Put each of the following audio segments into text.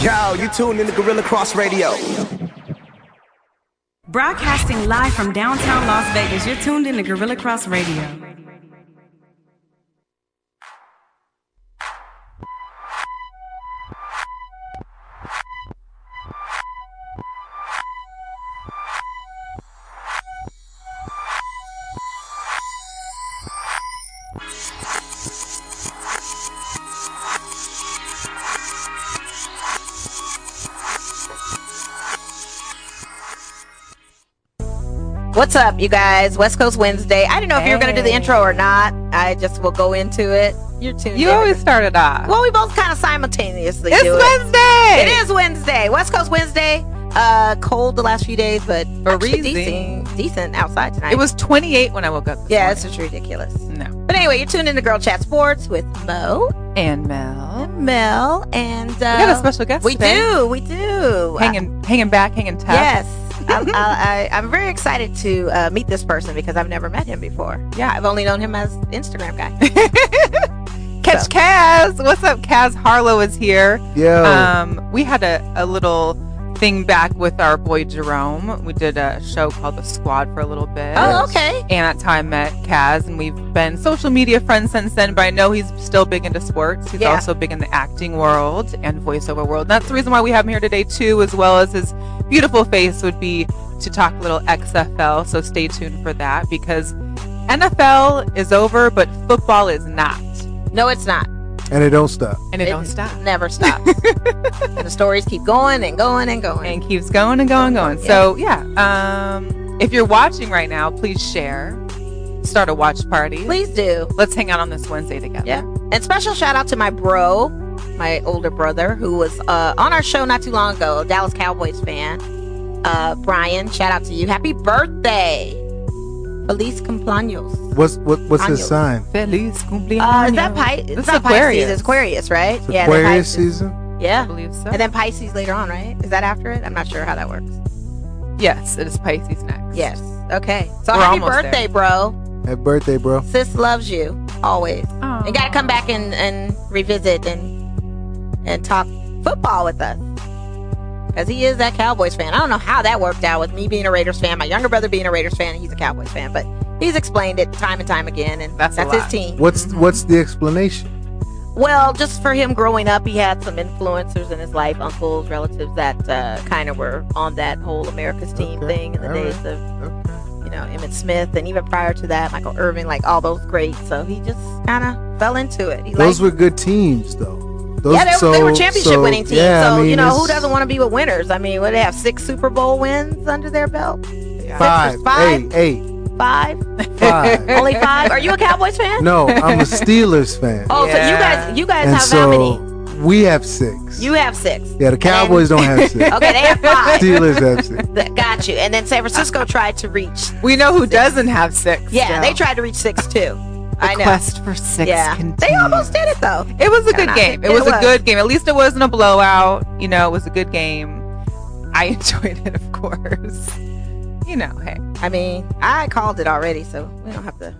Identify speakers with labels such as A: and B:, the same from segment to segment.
A: Yo, you tuned in to Gorilla Cross Radio.
B: Broadcasting live from downtown Las Vegas, you're tuned in to Gorilla Cross Radio.
C: What's up, you guys? West Coast Wednesday. I didn't know if you were going to do the intro or not. I just will go into it. You're tuned
D: You
C: in.
D: always start it off.
C: Well, we both kind of simultaneously
D: it's
C: do it.
D: Wednesday.
C: It is Wednesday. West Coast Wednesday. Uh, cold the last few days, but actually
D: Freezing.
C: decent, decent outside tonight.
D: It was 28 when I woke up. this
C: yeah, it's just ridiculous.
D: morning. No.
C: But anyway, you're tuned in to Girl Chat Sports with Mo,
D: And Mel.
C: Mel, and uh,
D: We got a special guest.
C: we
D: today.
C: do, we do.
D: Hanging, hanging back, hanging tough.
C: Yes. I'm, I, I, I'm very excited to uh, meet this person because I've never met him before.
D: Yeah.
C: I've only known him as Instagram guy.
D: Catch Kaz. What's up, Kaz? Harlow is here.
C: Oh.
E: Yo,
D: Um, we had a, a little thing back with our boy Jerome. We did a show called The Squad for a little bit.
C: Oh, okay.
D: And that's how I met Kaz, and we've been social media friends since then. But I know he's still big into sports. He's
C: Yeah.
D: also big in the acting world and voiceover world. And that's the reason why we have him here today too, as well as his beautiful face would be to talk a little XFL. So stay tuned for that because NFL is over, but football is not,
C: No, it's not.
E: and it don't stop.
D: and it, don't stop.
C: Never stop. and the stories keep going and going and going.
D: and keeps going and going and going. So yeah, um, if you're watching right now, please share, start a watch party.
C: Please do.
D: Let's hang out on this Wednesday together.
C: Yeah. And special shout out to my bro, my older brother, who was uh, on our show not too long ago, a Dallas Cowboys fan. Uh, Brian, shout out to you. Happy birthday. Feliz cumpleaños.
E: What's what, what's
C: Años.
E: his sign?
D: Feliz cumpleaños.
C: Uh, is that Pi- it's
D: This is
C: not Pisces,
D: Aquarius.
C: it's Aquarius, right?
E: It's
C: yeah, the
E: Aquarius
C: Pisces.
E: season.
D: I
C: Yeah.
D: believe so.
C: And then Pisces later on, right? Is that after it? I'm not sure how that works.
D: yes, it is Pisces next.
C: Yes. Okay. So
D: We're
C: happy
D: almost there.
C: birthday, bro.
E: Happy birthday, bro.
C: Sis loves you always.
D: Aw.
C: You got to come back and, and revisit and and talk football with us. Because he is that Cowboys fan. I don't know how that worked out with me being a Raiders fan, my younger brother being a Raiders fan, and he's a Cowboys fan. But he's explained it time and time again, and
D: That's
C: that's,
D: a
C: his
D: lot.
C: team.
E: What's what's the explanation?
C: Well, just for him growing up, he had some influencers in his life, uncles, relatives that uh, kind of were on that whole America's team
E: Okay.
C: thing in the
E: All
C: days
E: right.
C: of
E: Okay.
C: you know, Emmett Smith, and even prior to that, Michael Irvin, like all those greats. So he just kind of fell into it. He
E: Those
C: liked-
E: were good teams, though. Those,
C: yeah, they,
E: so-
C: they were championship
E: so,
C: winning teams.
E: yeah,
C: so
E: I mean,
C: you know, who
E: it's
C: doesn't want to be with winners? I mean, what do they have six Super Bowl wins under their belt?
E: five,
C: Sixers, five?
E: eight,
C: Five?
E: eight, five?
C: Only five? Are you a Cowboys fan?
E: no, I'm a Steelers fan,
C: Oh, so you
D: Yeah.
C: guys, you guys
E: and
C: have
E: so
C: how many?
E: we have six.
C: You Oh. have six.
E: yeah, the Cowboys don't have six.
C: Okay, they have five.
E: Steelers have six.
C: That- Got you. And then San
D: Uh-huh.
C: Francisco tried to reach.
D: We know who does doesn't have six.
C: Yeah,
D: still.
C: they tried to reach six too. I know.
D: Quest for six.
C: yeah, they
D: continues.
C: almost did it though.
D: It was a
C: Kinda.
D: good game. It,
C: It
D: was,
C: was.
D: a good game. At least it wasn't a blowout. You know, it was a good game. I enjoyed it, of course. You know, hey.
C: I mean, I called it already, so we don't have to.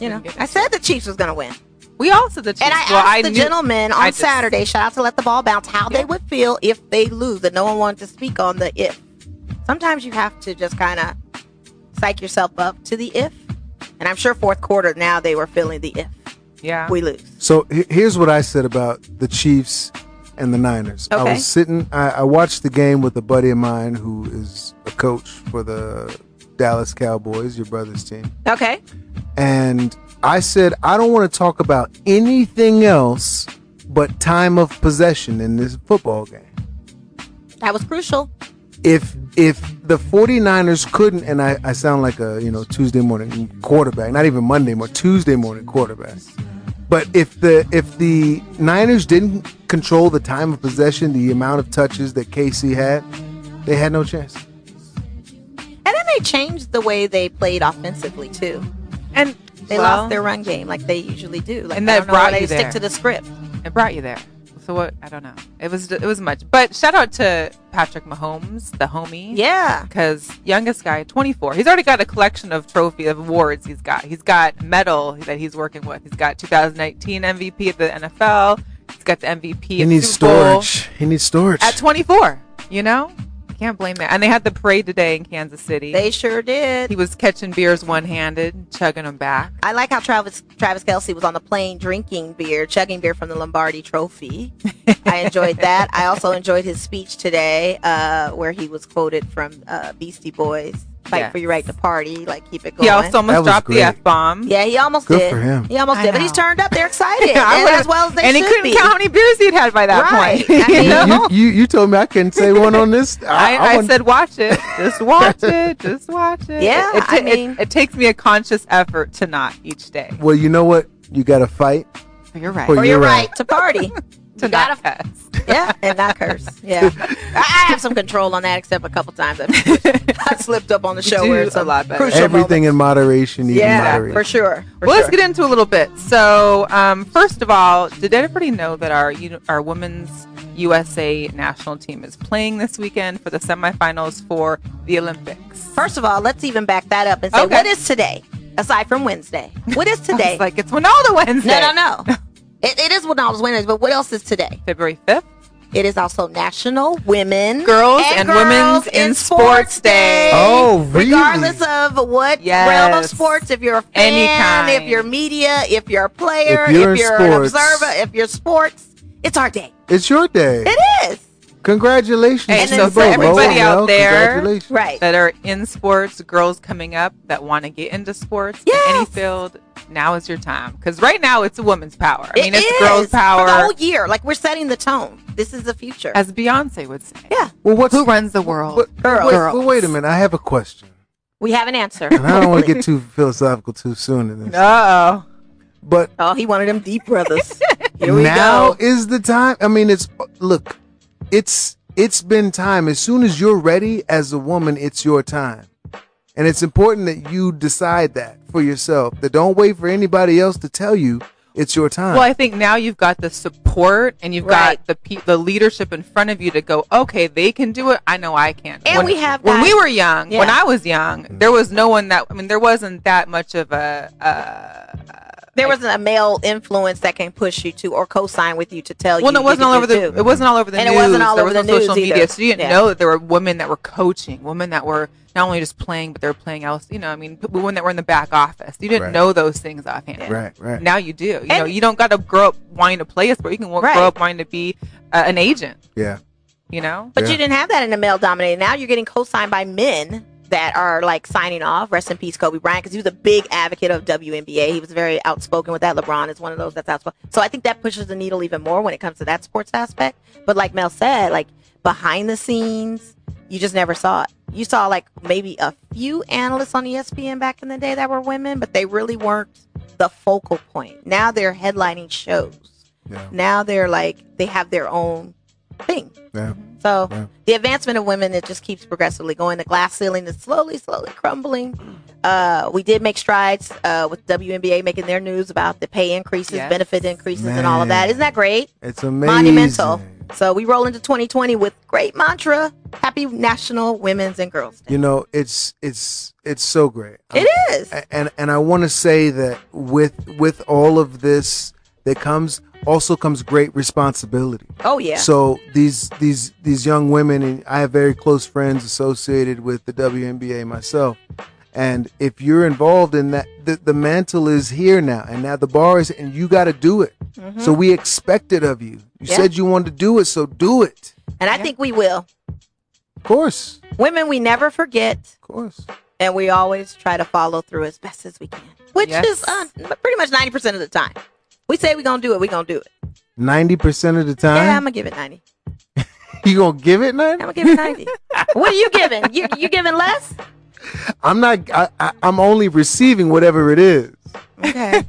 C: You know, I said the Chiefs was going to win,
D: We also the Chiefs.
C: and I
D: well,
C: asked
D: I
C: the
D: knew-
C: gentleman on
D: I just-
C: Saturday, shout out to Let the Ball Bounce, how they would feel if they lose, and no one wanted to speak on the if. Sometimes you have to just kind of psych yourself up to the if, and I'm sure fourth quarter now they were feeling the if
D: Yeah.
C: we lose.
E: So he- here's what I said about the Chiefs and the Niners. I
C: Okay.
E: was sitting, I, I watched the game with a buddy of mine who is a coach for the Dallas Cowboys, your brother's team.
C: Okay,
E: And I said, I don't want to talk about anything else but time of possession in this football game.
C: that was crucial.
E: If if the 49ers couldn't, and I, I sound like a you know Tuesday morning quarterback, not even Monday morning, Tuesday morning quarterback. But if the if the Niners didn't control the time of possession, the amount of touches that KC had, they had no chance.
C: And then they changed the way they played offensively too.
D: And
C: They
D: well,
C: lost their run game like they usually do. Like
D: And
C: I
D: that
C: don't know why
D: brought
C: they
D: you
C: stick
D: there.
C: to the script.
D: It brought you there. So what? I don't know. It was it was much. But shout out to Patrick Mahomes, the homie.
C: Yeah.
D: Because youngest guy, 24. He's already got a collection of trophy of awards. He's got he's got medal that he's working with. He's got 2019 MVP at the NFL. He's got the MVP.
E: He
D: of
E: needs
D: Super Bowl
E: storage. He needs storage.
D: at 24. You know, can't blame that. And they had the parade today in Kansas City.
C: They sure did.
D: he was catching beers one handed, chugging them back.
C: I like how Travis Travis Kelsey was on the plane drinking beer, chugging beer from the Lombardi Trophy. I enjoyed that. I also enjoyed his speech today, uh, where he was quoted from uh, Beastie Boys, "Fight
D: Yes.
C: for your right to party, like keep it going."
D: He also
E: That
D: almost
E: was
D: dropped the
E: great.
D: f bomb.
C: yeah, he almost
E: Good
C: did.
E: for him.
C: He almost
D: I
C: did, but he's
D: know.
C: turned up. They're excited,
D: I
C: and
D: would've-
C: as well as they
D: and he
C: should
D: couldn't
C: be.
D: count how many beers he'd had by that
C: Right.
D: point.
C: I
D: you
C: mean-
E: You-
D: know?
E: you, you, you told me I couldn't say one on this.
D: I, I,
E: want-
D: said, watch it. Just watch it. Just watch it.
C: Yeah,
D: It, it, ta-
C: I mean-
D: it, it takes me a conscious effort to not each day.
E: Well, you know what? You got to fight.
D: Oh, You're right.
E: For
C: Or
E: you.
C: you're
E: Oh, You're
C: right.
E: right.
C: to party.
D: to
C: you gotta
D: not pass.
C: yeah, and not curse. Yeah, I I have some control on that, except a couple times I've, I've slipped up on the show
D: do
C: where it's
D: a lot better.
C: crucial
E: Everything in moderation. Even
C: Yeah,
E: moderation.
C: for sure. For
D: well,
C: sure.
D: let's get into a little bit. So, um, first of all, did everybody know that our uni- our women's USA national team is playing this weekend for the semifinals for the Olympics?
C: First of all, let's even back that up and say,
D: Okay.
C: what is today? Aside from Wednesday, what is today?
D: It's like it's Winona Wednesday.
C: no, no, no. it, it is Windows Wednesday, but what else is today?
D: February fifth.
C: It is also National Women,
D: Girls and Women's in Sports Day.
E: Oh, really?
C: Regardless of what
D: Yes.
C: realm of sports, if you're a fan,
D: Any kind.
C: if you're media, if you're a player,
E: If you're in
C: an
E: sports.
C: observer, if you're sports, it's our day.
E: It's your day.
C: It is
E: Congratulations.
D: Hey,
E: to
D: so
E: you
D: for
E: both.
D: everybody
E: Oh,
D: out
E: well,
D: there-
E: congratulations.
C: right.
D: that are in sports, girls coming up that want to get into sports, in
C: Yes.
D: any field, now is your time. Because right now it's women's power. I mean,
C: It is.
D: it's girls'
C: for the
D: power,
C: whole year. Like we're setting the tone. This is the future.
D: as Beyonce would say.
C: yeah,
E: Well, what's
D: Who runs the world?
E: what,
C: Girls.
E: Wait, well, wait a minute. I have a question,
C: we have an answer.
E: and I don't want to get too philosophical too soon. In this,
D: Uh oh.
E: but
C: Oh, he wanted them deep brothers. Here we
E: now
C: go.
E: is the time. I mean, it's look, it's it's been time. As soon as you're ready as a woman, it's your time, and it's important that you decide that for yourself. That don't wait for anybody else to tell you it's your time.
D: Well, I think now you've got the support and you've
C: Right.
D: got the pe- the leadership in front of you to go. Okay, they can do it. I know I can.
C: And we have
D: when
C: guys-
D: we were young, when
C: Yeah.
D: I was young, there was no one that. I mean, there wasn't that much of a. Uh,
C: There wasn't a male influence that can push you to or co-sign with you to tell you.
D: well, no, it
C: you
D: wasn't
C: can
D: all over
C: do
D: the.
C: too.
D: It wasn't all over the
C: And it
D: news.
C: wasn't all
D: there
C: over
D: was
C: the
D: no social
C: news
D: media,
C: either.
D: so you didn't
C: Yeah.
D: know that there were women that were coaching, women that were not only just playing, but they were playing else. You know, I mean, p- women that were in the back office. You didn't
E: Right.
D: know those things offhand.
E: Right, right.
D: Now you do. You know, you don't got to grow up wanting to play a sport. You can wo-
C: Right.
D: grow up wanting to be uh, an agent.
E: yeah,
D: You know.
C: But you
E: Yeah.
C: didn't have that in a male dominated. Now you're getting co-signed by men that are like signing off. Rest in peace, Kobe Bryant, because he was a big advocate of WNBA. He was very outspoken with that. LeBron is one of those that's outspoken. So I think that pushes the needle even more when it comes to that sports aspect. But like Mel said, like behind the scenes, you just never saw it. You saw like maybe a few analysts on E ESPN back in the day that were women, but they really weren't the focal point. Now they're headlining shows.
E: yeah,
C: Now they're like they have their own thing.
E: yeah.
C: So
E: Yeah.
C: the advancement of women it just keeps progressively going. The glass ceiling is slowly, slowly crumbling. Uh, we did make strides uh, with WNBA making their news about the pay increases,
D: Yes.
C: benefit increases, and all of that.
E: Man.
C: Isn't that great?
E: It's amazing.
C: Monumental. So we roll into 2020 with great mantra: Happy National Women's and Girls Day.
E: You know, it's it's it's so great.
C: It is.
E: A- and and I want to say that with with all of this that comes also comes great responsibility.
C: Oh yeah.
E: So these these these young women and I have very close friends associated with the WNBA myself. And if you're involved in that, the, the mantle is here now, and now the bar is, and you got to do it. So we expect it of you. You
C: Mm-hmm. Yeah.
E: said you wanted to do it, so do it.
C: and I think we will.
E: Of course,
C: Women, we never forget,
E: of course.
C: and we always try to follow through as best as we can, which
D: Yes.
C: is uh, pretty much 90% of the time. We say we're gonna do it, we're gonna do it.
E: Ninety percent of the time,
C: Yeah, I'm gonna give it 90.
E: you gonna give it
C: I'm
E: none?
C: gonna give it 90. what are you giving? You you giving less?
E: I'm not. I, I, I'm only receiving whatever it is.
C: Okay.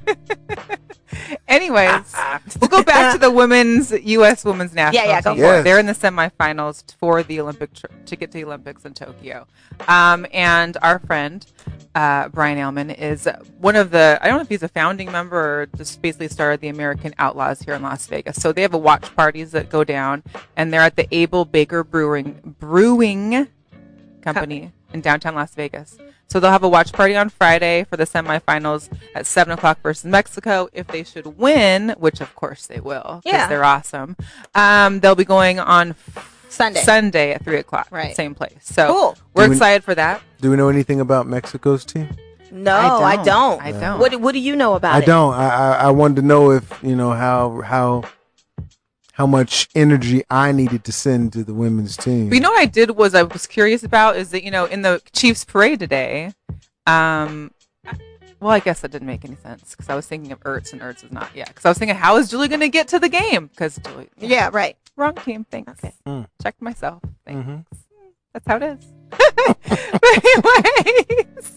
D: Anyways, we'll go back to the women's U.S. women's national
C: Ah, yeah, go
D: team.
E: for it. Yes.
D: They're in the semifinals for the Olympic tr- to get to the Olympics in Tokyo. Um, and our friend uh, Brian Alman is one of the. I don't know if he's a founding member or just basically started the American Outlaws here in Las Vegas. So they have a watch parties that go down, and they're at the Abel Baker Brewing Brewing Company in downtown Las Vegas. So they'll have a watch party on Friday for the semifinals at seven o'clock versus Mexico. If they should win, which of course they will, because
C: Yeah.
D: they're awesome. Um, they'll be going on
C: Sunday.
D: Sunday at three o'clock,
C: Right.
D: Same place. So
C: Cool.
D: we're
E: Do we-
D: excited for that.
E: Do we know anything about Mexico's team?
C: no,
D: I
C: I
D: don't.
C: don't.
D: I don't.
C: What, what do you know about
E: I
C: it?
E: don't. I, I I wanted to know if you know how how how much energy I needed to send to the women's team.
D: But you know what I did was I was curious about is that you know in the Chiefs parade today, um, well I guess that didn't make any sense because I was thinking of Ertz and Ertz is not yeah because I was thinking how is Julie going to get to the game because Julie
C: Yeah, right.
D: wrong team thanks okay.
E: Mm.
D: checked myself thanks
E: Mhm.
D: that's how it is. but anyways,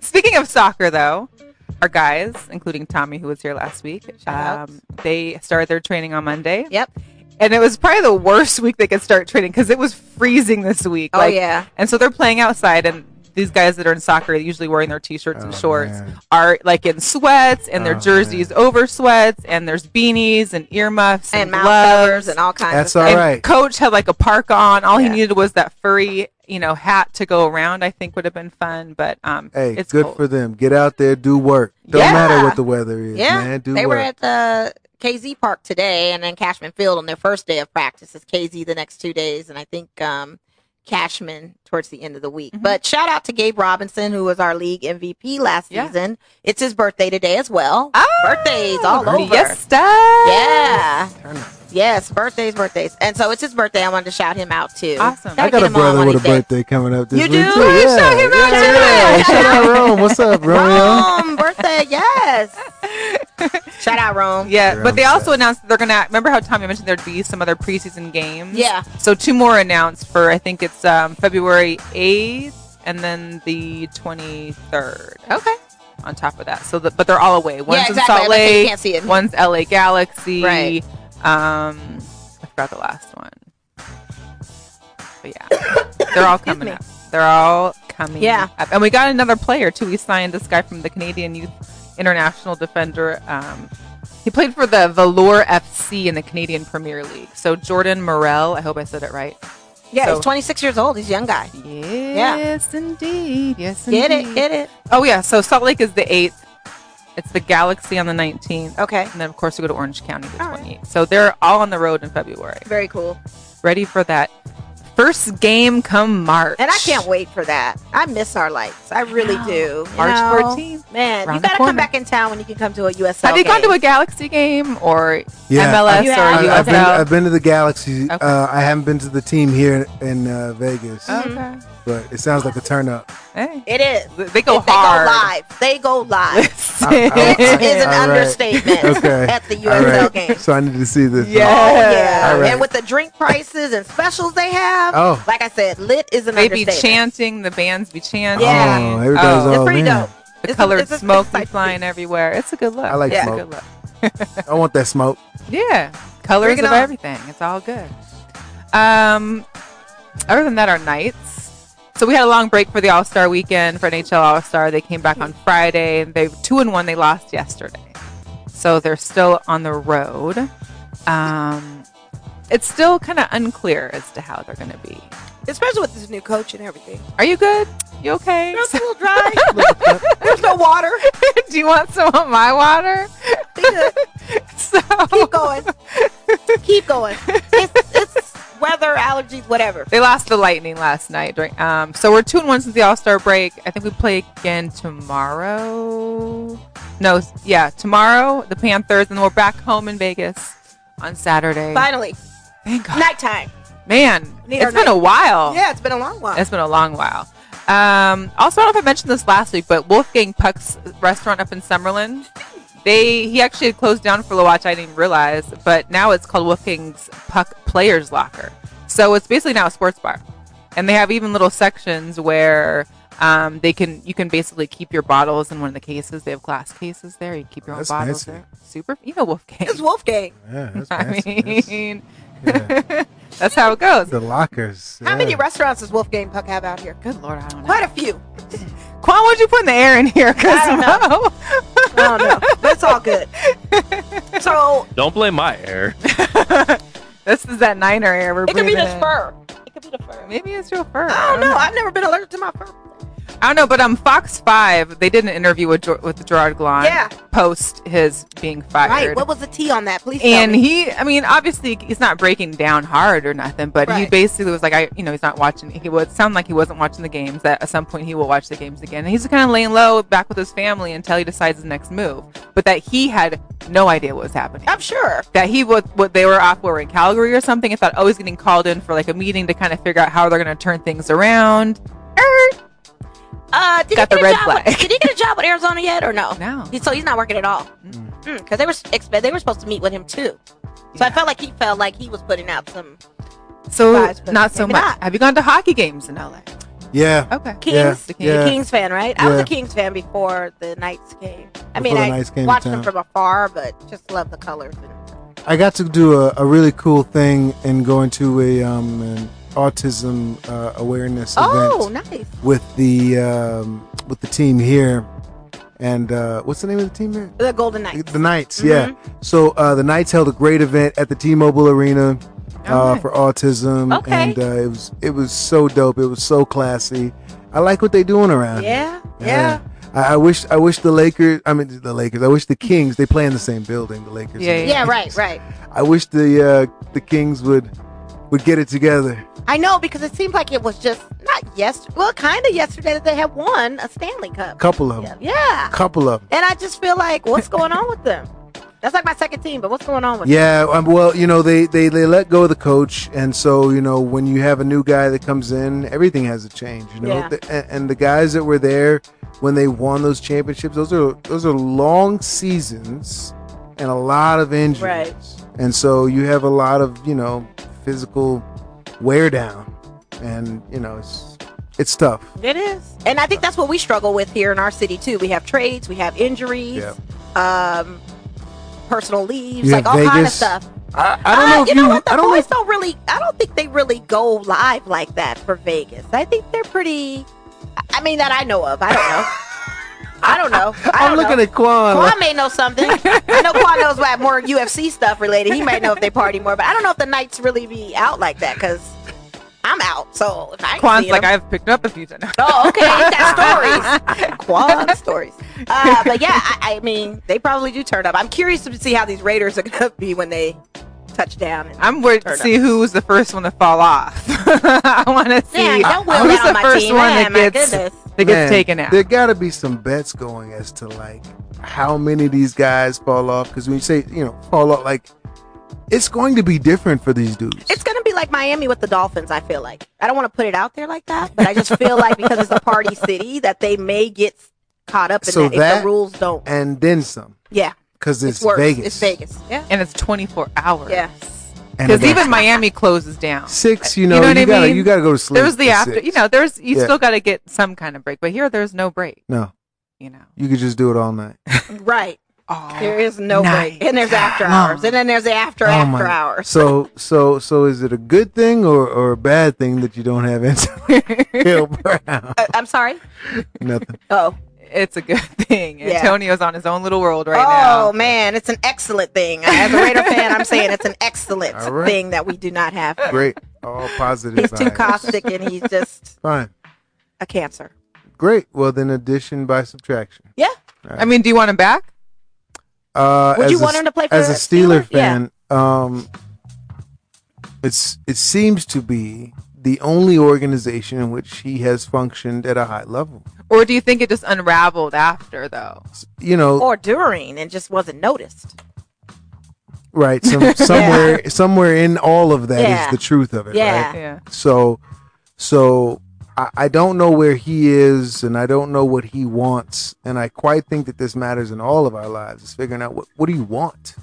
D: speaking of soccer though. Our guys, including Tommy, who was here last week,
C: out.
D: um, they started their training on Monday.
C: Yep.
D: And it was probably the worst week they could start training because it was freezing this week.
C: Oh,
D: Like,
C: yeah.
D: And so they're playing outside, and these guys that are in soccer, usually wearing their t-shirts and
E: Oh,
D: shorts,
E: man.
D: are like in sweats, and their
E: Oh,
D: jerseys over sweats, and there's beanies and earmuffs
C: And
D: and,
C: mouth
D: gloves
C: covers and all kinds
E: That's
C: of
E: all
C: stuff.
D: And
E: right.
D: Coach had like a parka on. All
C: Yeah.
D: he needed was that furry, you know, hat to go around. I think would have been fun, but um,
E: Hey,
D: it's
E: good
D: cold.
E: for them. Get out there, do work. Don't
C: Yeah.
E: matter what the weather is,
C: Yeah,
E: man. Do
C: they
E: work.
C: were at the KZ Park today, and then Cashman Field on their first day of practice. It's KZ the next two days, and I think um, Cashman towards the end of the week. But shout out to Gabe Robinson, who was our league MVP last
D: Yeah.
C: season. It's his birthday today as well.
D: Oh,
C: Birthdays all over.
D: Fiesta.
C: Yeah. Yes, birthdays, birthdays, and so it's his birthday. I wanted to shout him out too.
D: Awesome.
C: Gotta
E: I got
C: get
E: a
C: him on
E: brother
C: one
E: with a
C: of these days.
E: birthday coming up this
C: You
E: week
C: do?
E: too.
C: Hey,
E: Yeah.
D: shout him out,
E: yeah,
D: shout
E: yeah.
D: him out.
E: Shout out Rome. What's up, Romeo?
C: Rome birthday, yes. shout out Rome.
D: Yeah,
E: Your
D: but
E: own
D: they also
E: set.
D: announced that they're gonna. Remember how Tommy mentioned there'd be some other preseason games?
C: Yeah.
D: So two more announced for I think it's um, February eighth and then the twenty third.
C: Okay.
D: On top of that, so the, but they're all away. One's
C: exactly.
D: in Salt
C: I'm gonna say you
D: Lake.
C: can't see it.
D: One's LA Galaxy.
C: Right.
D: Um, I forgot the last one. But yeah, they're all coming
C: me.
D: up. They're all coming.
C: Yeah.
D: Up. And we got another player too. We signed this guy from the Canadian Youth International Defender. Um, he played for the Valor FC in the Canadian Premier League. So Jordan Morel, I hope I said it right.
C: Yeah,
D: So-
C: he's 26 years old. He's a young guy.
D: Yes, indeed. Yes,
C: Get
D: indeed.
C: it, get it.
D: Oh yeah. So Salt Lake is the eighth. It's the Galaxy on the nineteenth.
C: Okay.
D: And then, of course, we go to Orange County the 28th. So they're all on the road in February,
C: Very cool.
D: ready for that first game come March.
C: And I can't wait for that. I miss our lights. I really do. You
D: March
C: know?
D: 14th,
C: Man,
D: around
C: you
D: the
C: got to
D: corner.
C: come back in town when you can come to a USL.
D: Have you gone
C: game.
D: to a Galaxy game or
E: Yeah,
D: MLS
C: You
D: or
C: have.
E: I,
D: USL?
E: I've, been, I've been to the Galaxy.
D: Okay.
E: Uh, I haven't been to the team here in uh, Vegas,
C: Mm-hmm.
D: okay.
E: but it sounds like a turn up.
D: Hey.
C: It is.
D: They go
C: If they
D: hard.
C: go live. They go live.
E: I-
C: It
E: I-
D: Listen.
C: is an
E: All right.
C: understatement
E: Okay.
C: at the
E: All
C: USL
E: right.
C: game.
E: So I need to see this.
D: Yeah.
C: Oh yeah,
E: All right.
C: and with the drink prices and specials they have,
E: Oh.
C: like I said, lit is an
D: They be
C: understatement.
D: chanting. The bands be chanting.
C: Yeah.
E: Oh, everybody's
D: Oh,
E: all
C: it's pretty
E: man.
C: dope.
D: the
C: It's a-
D: colored
C: it's a-
D: smoke
C: it's
D: be
C: like-
D: flying everywhere. It's a good look.
E: I like
D: yeah.
E: smoke.
D: Good look.
E: I want that smoke.
D: Yeah, colors
C: Bring
D: of
C: it on.
D: everything. It's all good. Um, other than that, our nights. So we had a long break for the All Star weekend for NHL All Star. They came back on Friday. They two and one. They lost yesterday, so they're still on the road. Um, it's still kind of unclear as to how they're going to be.
C: especially with this new coach and everything.
D: Are you good? You okay?
C: It's a little dry. There's no water.
D: Do you want some of my water?
C: Be good.
D: So
C: Keep going. Keep going. It's, it's weather, allergies, whatever.
D: They lost the Lightning last night. During, um, so we're two and one since the All Star break. I think we play again tomorrow. No, s- yeah, tomorrow the Panthers, and we're back home in Vegas on Saturday.
C: Finally,
D: Thank God,
C: nighttime.
D: man,
C: Need
D: it's
C: our
D: been
C: night.
D: a while.
C: Yeah, it's been a long while.
D: It's been a long while. Um, also, I don't know if I mentioned this last week, but Wolfgang Puck's restaurant up in Summerlin, they he actually had closed down for a little while. which I didn't even realize, but now it's called Wolfgang's Puck Players Locker. So it's basically now a sports bar, and they have even little sections where um, they can you can basically keep your bottles in one of the cases. They have glass cases there. You keep your own
E: That's
D: bottles
E: fancy.
D: there. Super, you know Wolfgang.
C: It's Wolfgang.
E: Yeah, that's
D: I
E: fancy.
D: mean,
E: That's- yeah.
D: that's how it goes.
E: The lockers.
C: How many
E: yeah.
C: restaurants does Wolfgang Puck have out here?
D: Good lord, I don't know.
C: Quite a few.
D: Quan, what'd you put in the air in here?
C: I don't
D: Cause
C: I don't know. That's all good. So
F: Don't blame my air.
D: this is that niner air. We're
C: it could be
D: breathing
C: this
D: in.
C: fur. It could be the fur.
D: Maybe it's your fur.
C: I don't know. I've never been allergic to my fur.
D: I don't know, but um, Fox Five they did an interview with Ger- with Gerard Glon.
C: Yeah.
D: Post his being fired.
C: Right. What was the tea on that? Please.
D: and
C: tell me.
D: he, I mean, obviously he's not breaking down hard or nothing, but he
C: Right.
D: basically was like, I, you know, he's not watching. He would sound like he wasn't watching the games. That at some point he will watch the games again. And he's kind of laying low back with his family until he decides his next move. But that he had no idea what was happening.
C: I'm sure.
D: That he was what they were off. We were in Calgary or something. I thought, oh, he's getting called in for like a meeting to kind of figure out how they're going to turn things around. Er,
C: Uh, did
D: Got
C: he get
D: the red
C: a job with-
D: flag.
C: did he get a job with Arizona yet or no?
D: No.
C: He- so he's not working at all. Because they were expe- they were supposed to meet with him too. So I felt like he felt like he was putting out some
D: So
C: Surprise, but
D: not so
C: maybe
D: much.
C: not.
D: Have you gone to hockey games in LA?
E: Yeah.
D: Okay.
C: Kings.
D: The Kings.
E: Yeah.
C: You're a Kings fan, right? I was
E: Yeah.
C: a Kings fan before the Knights game. I
E: Before
C: mean,
E: the
C: I
E: Knights came to
C: watched them
E: town.
C: from afar, but just love the colors. And,
E: I got to do a, a really cool thing in going to a um, an autism uh, awareness
C: oh,
E: event
C: nice.
E: with the um, with the team here, and uh, what's the name of the team here?
C: The Golden Knights.
E: The Knights,
C: Mm-hmm.
E: yeah. So uh, the Knights held a great event at the T-Mobile Arena uh,
D: nice.
E: for autism,
C: Okay.
E: and uh, it was it was so dope. It was so classy. I like what they're doing around. here.
C: Yeah, yeah.
E: I, I wish I wish the Lakers. I mean the Lakers. I wish the Kings. They play in the same building. The Lakers. and
D: Yeah,
E: the
C: Yeah, right,
E: Kings.
C: right.
E: I wish the uh, the Kings would would get it together.
C: I know because it seems like it was just not yesterday. Well, kind of yesterday that they had won a Stanley Cup.
E: Couple of them.
C: Yeah.
E: Couple of them.
C: And I just feel like, what's going on with them? That's like my second team, but what's going on with them?
E: Yeah. Um, well, you know they, they they let go of the coach, and so you know when you have a new guy that comes in, everything has to change. You know,
C: Yeah.
E: The- and, and the guys that were there when they won those championships, those are those are long seasons and a lot of injuries,
C: Right.
E: and so you have a lot of you know physical wear down, and you know it's it's tough.
C: It is. And I think that's what we struggle with here in our city too. We have trades, we have injuries,
E: Yeah.
C: um, personal leaves,
E: You
C: like all
E: have
C: kind of
E: Vegas.
C: stuff.
E: I, I don't
C: Uh,
E: know. If
C: you know what? The
E: I don't know
C: boys
E: if
C: don't really. I don't think they really go live like that for Vegas. I think they're pretty. I- I mean, that I know of. I don't know. I don't know. I
E: I'm
C: don't
E: looking
C: know.
E: at
D: Oh.
E: Quan. like-
C: Quan may know something. I know Quan knows about more UFC stuff related. He might know if they party more, but I don't know if the Knights really be out like that because I'm out. So if I ain't
D: Quan's
C: seeing
D: like,
C: them-
D: I've picked up a few times.
C: Oh, okay. Ain't that stories? Quan stories. Uh, but yeah, I, I mean, they probably do turn up. I'm curious to see how these Raiders are going to be when they touch down. and-
D: I'm worried to
C: Turn up.
D: see who was the first one to fall off. I want to see
C: Dang, don't will
D: who's
C: down
D: the
C: my
D: first
C: team,
D: one
C: man, my
D: that gets
C: goodness.
D: that gets
E: Man,
D: taken out.
E: There got to be some bets going as to like how many of these guys fall off. Because when you say you know fall off, like it's going to be different for these dudes.
C: It's going to be like Miami with the Dolphins, I feel like. I don't want to put it out there like that, but I just feel like because it's a party city that they may get caught up in
E: So
C: that, if
E: that-
C: the rules don't.
E: and then some,
C: Yeah.
E: because it's,
C: It's worse.
E: Vegas.
C: It's Vegas. Yeah.
D: and it's 24 hours.
C: Yeah.
E: And
D: Because
E: about
D: even Miami closes down.
E: six, you know, you,
D: know what I
E: gotta
D: mean?
E: you gotta go to sleep.
D: There's the
E: at
D: after,
E: six.
D: you know, there's, you
E: Yeah.
D: still got to get some kind of break, but here there's no break,
E: No,
D: you know.
E: you could just do it all night.
C: Right.
D: Oh,
C: There is no
D: night.
C: break. And there's after hours. And then there's the after
E: Oh
C: after
E: my-
C: hours.
E: So so so is it a good thing or, or a bad thing that you don't have Antonio Brown?
C: Uh, I'm sorry?
E: Nothing.
C: Oh.
D: It's a good thing.
C: Yeah.
D: Antonio's on his own little world right now.
C: oh man, it's an excellent thing. As a Raider fan, I'm saying it's an excellent
E: All right.
C: thing that we do not have.
E: Great. All positive.
C: He's too
E: vibes.
C: caustic and he's just
E: Fine.
C: a cancer.
E: Great. Well, then addition by subtraction.
C: Yeah.
D: I mean, do you want him back?
E: Uh,
C: Would
E: as
C: you
E: a,
C: want him to play for
E: as a
C: the
E: Steeler
C: Steelers? Yeah.
E: fan? Um, it's it seems to be the only organization in which he has functioned at a high level.
D: Or do you think it just unraveled after, though?
E: You know,
C: Or during and just wasn't noticed.
E: right? Some, somewhere, somewhere in all of that is
C: Yeah.
E: the truth of it.
C: Yeah.
E: Right?
D: Yeah.
E: So, so I, I don't know where he is, and I don't know what he wants, and I quite think that this matters in all of our lives. Is figuring out what what do you want.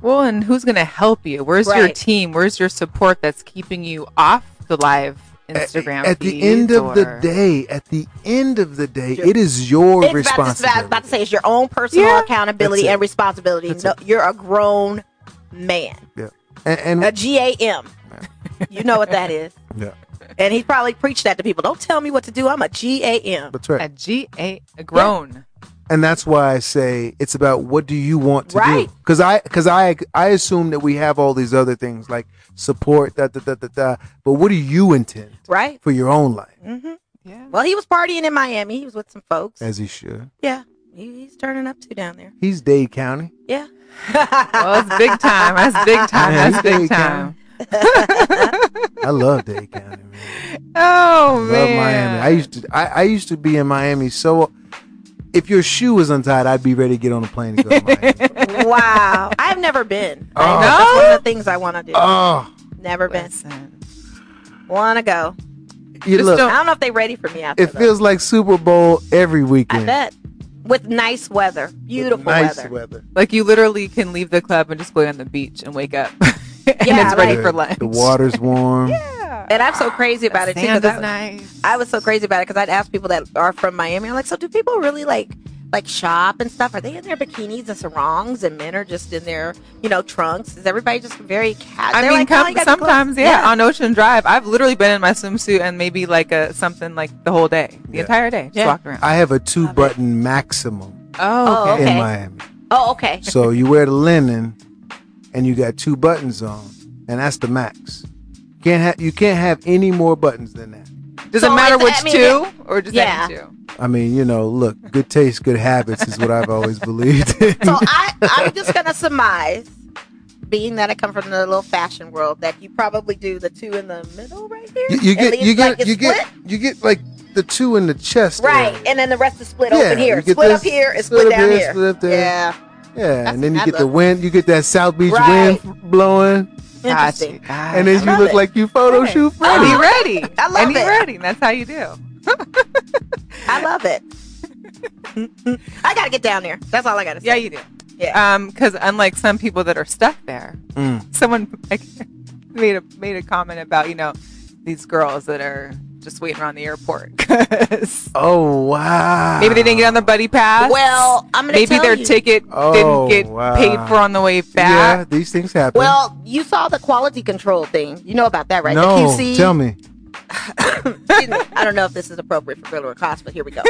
D: Well, and who's going to help you? Where's your
C: Right.
D: team? Where's your support that's keeping you off the live Instagram?
E: At, at the
D: feeds
E: end of the
D: or-
E: day, at the end of the day, it is your
C: It's about, to,
E: responsibility.
C: about, about to say it's your own personal
D: Yeah.
C: accountability
E: That's it.
C: and responsibility.
E: That's
C: No, you're a grown man,
E: yeah. And,
C: a
E: and
C: GAM. You know what that is.
E: yeah,
C: And he probably preached that to people. Don't tell me what to do. I'm a GAM.
E: that's
D: A
E: right.
D: G A a grown.
E: And that's why I say it's about what do you want to
C: Right.
E: do? Because I, because I, I assume that we have all these other things like support, da da da da da. But what do you intend
C: Right?
D: Mm.
E: for your own life?
D: Yeah.
C: Well, he was partying in Miami. He was with some folks.
E: as he should.
C: yeah, he, he's turning up too down there.
E: He's Dade County.
C: Yeah.
D: Well, it's big time. That's big time.
E: Yeah,
D: That's
E: he's
D: big
E: big
D: time.
E: I love Dade County. Man.
D: Oh
E: Love
D: man.
E: Miami. I used to. I, I used to be in Miami. So if your shoe was untied, I'd be ready to get on a plane to go to Miami.
C: wow. I've never been.
E: Oh.
C: That's one of the things I want to do.
E: oh,
C: never been.
D: Listen.
C: Want to go.
E: you
D: Just
E: look.
D: don't-
C: I don't know if they're ready for me after
E: It
C: though.
E: feels like Super Bowl every
C: I
E: weekend.
C: bet. With nice weather. Beautiful
E: nice
C: weather.
D: Like you literally can leave the club and just go on the beach and wake up, and
C: Yeah,
D: it's ready
C: like-
D: for lunch.
E: The water's warm.
C: And I'm so crazy about it too.
D: Sand
C: 'cause
D: is
C: I-
D: nice.
C: I was so crazy about it because I'd ask people that are from Miami. I'm like, so do people really like like shop and stuff? Are they in their bikinis and sarongs? And men are just in their you know trunks? Is everybody just very casual? "Oh,
D: I mean, come, sometimes, yeah, on Ocean Drive, I've literally been in my swimsuit and maybe like a something like the whole day, the
E: Yeah.
D: entire day, just
C: Yeah.
D: walked around.
E: I have a two-button maximum
D: oh,
C: Oh,
D: okay.
C: okay.
E: in Miami.
C: Oh, okay.
E: So you wear the linen, and you got two buttons on, and that's the max. Can't have you can't have any more buttons than that.
D: Does
C: So
D: it matter
C: it's-
D: which
C: I mean,
D: two, or just
C: yeah.
D: any two?
E: I mean, you know, look, good taste, good habits is what I've always believed. in.
C: So I, I'm just gonna surmise, being that I come from the little fashion world, that you probably do the two in the middle right here.
E: you, you
C: At
E: get
C: least,
E: you get
C: like, it's
E: you get
C: split?
E: you get like the two in the chest.
C: Right,
E: area.
C: and then the rest is split
E: Yeah,
C: open here,
E: you get
C: split up
E: this,
C: here, it's
E: split
C: split
E: up
C: down
E: here,
C: here.
E: split up there.
C: Yeah,
E: Yeah, and then you
C: I
E: get the
C: love-
E: wind. You get that South Beach
C: Right.
E: wind blowing,
C: interesting.
E: and
C: love
E: then you look
C: it.
E: like you photo
C: Love it.
E: shoot.
D: and
E: ready.
D: he ready.
C: I love
D: and he
C: it.
D: ready. That's how you do.
C: I love it. I gotta get down there. That's all I gotta say.
D: Yeah, you do.
C: Yeah.
D: Um, because unlike some people that are stuck there,
E: Mm.
D: someone like, made a made a comment about you know these girls that are just waiting around the airport 'cause
E: Oh wow!
D: maybe they didn't get on the buddy pass.
C: Well, I'm gonna
D: maybe
C: tell
D: their
C: you.
D: ticket didn't
E: Oh,
D: get
E: wow.
D: paid for on the way
E: Yeah,
D: back.
E: these things happen.
C: Well, you saw the quality control thing. You know about that, right?
E: no,
C: the QC.
E: tell me.
C: Excuse me. I don't know if this is appropriate for Gorilla Cross, but here we go.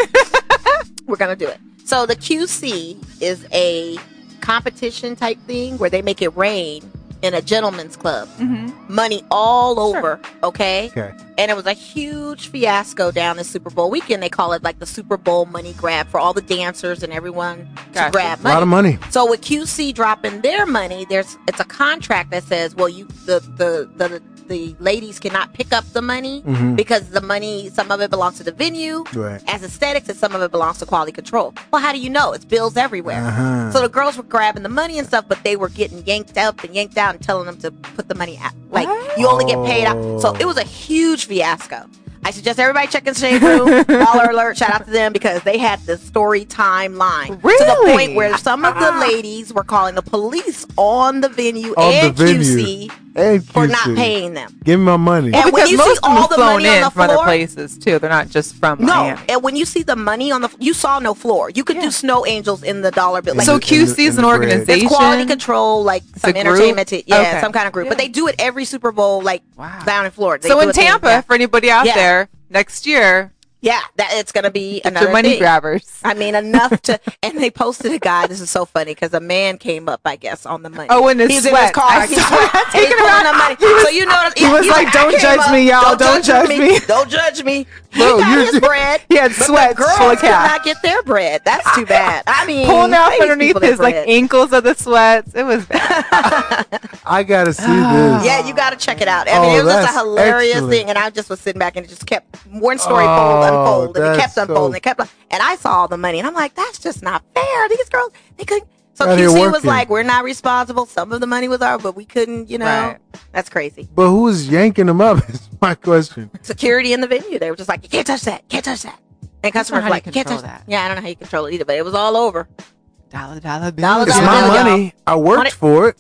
C: We're gonna do it. So the QC is a competition type thing where they make it rain in a gentleman's club.
D: Mm-hmm.
C: Money all over. Okay.
E: Okay.
C: And it was a huge fiasco down this Super Bowl weekend. They call it like the Super Bowl money grab for all the dancers and everyone to
D: Gotcha.
C: grab
E: A lot of money.
C: So with QC dropping their money, there's it's a contract that says, well, you the the the the ladies cannot pick up the money
E: Mhm.
C: because the money some of it belongs to the venue
E: Right.
C: as aesthetics and some of it belongs to quality control. Well, how do you know? It's bills everywhere.
E: Uh-huh.
C: So the girls were grabbing the money and stuff, but they were getting yanked up and yanked out and telling them to put the money out. Like you only get paid out. So it was a huge fiasco. I suggest everybody check in Shade Room. Dollar alert, shout out to them because they had the story timeline. To the
D: Really? Ah.
C: point where some of the ladies were calling the police on the venue
E: On the
C: and
E: venue.
C: QC
E: And
C: for
E: QC.
C: not paying them.
E: Give me my money.
C: And when
D: because
C: you see
D: most of them
C: all
D: are
C: the
D: flown
C: money on
D: in
C: the
D: from other
C: floor-
D: places too. They're not just from
C: No,
D: Miami.
C: and when you see the money on the, you saw no floor. You could do snow angels in the dollar bill. Like
D: so
E: in the-
D: QC is
E: in
D: an
E: the bread.
D: organization.
C: it's quality control, like some
D: a group?
C: entertainment, t- yeah,
D: Okay.
C: some kind of group. But
D: Yeah.
C: they do it every Super Bowl, like
D: Wow.
C: down in Florida. They
D: So
C: do
D: in
C: a thing,
D: Tampa,
C: yeah.
D: for anybody out
C: Yeah.
D: there, next year,
C: yeah, that it's gonna be
D: get
C: another
D: your money
C: thing.
D: grabbers.
C: I mean, enough to, and they posted a guy. This is so funny because a man came up, I guess, on the money.
D: Oh, in his
C: he's in his
D: sweat. I
C: car. He's,
D: saw that.
C: he's
D: Taking him
C: pulling
D: out.
C: the money. so you know,
D: he was like,
C: I
D: "Don't
C: came
D: judge
C: up.
D: me, y'all. Don't judge me."
C: Don't judge me. He
E: Bro,
C: got
E: you're-
C: his bread.
D: He had
C: But
D: sweats
C: the girls
D: full of
C: did
D: cash.
C: not get their bread. That's too bad. I mean,
D: Pulling out
C: ladies,
D: from underneath
C: people that
D: his like
C: bread.
D: ankles of the sweats. It was bad.
E: I gotta see this.
C: Yeah, you got to check it out. I mean,
E: Oh,
C: it was just
E: that's
C: a hilarious
E: excellent.
C: thing, and I just was sitting back and it just kept one story
E: Oh,
C: fold unfold, and it
E: that's
C: kept unfolding,
E: so-
C: it kept, and I saw all the money, and I'm like, that's just not fair. These girls, they couldn't. So
E: Out here
C: QC was
E: working.
C: like, we're not responsible. Some of the money was ours, but we couldn't. You know,
D: Right.
C: that's crazy.
E: But who's yanking them up? Is my question.
C: Security in the venue, they were just like, you can't touch that, can't touch that. And
D: don't know
C: customers
D: how
C: were
D: you
C: like, can't
D: control
C: touch that.
D: that.
C: Yeah, I don't know how you control it either, but it was all over.
D: Dollar dollar bill.
C: Dollar,
E: It's
C: dollar
E: my
C: bill,
E: money. I worked
C: Hundred-
E: for it.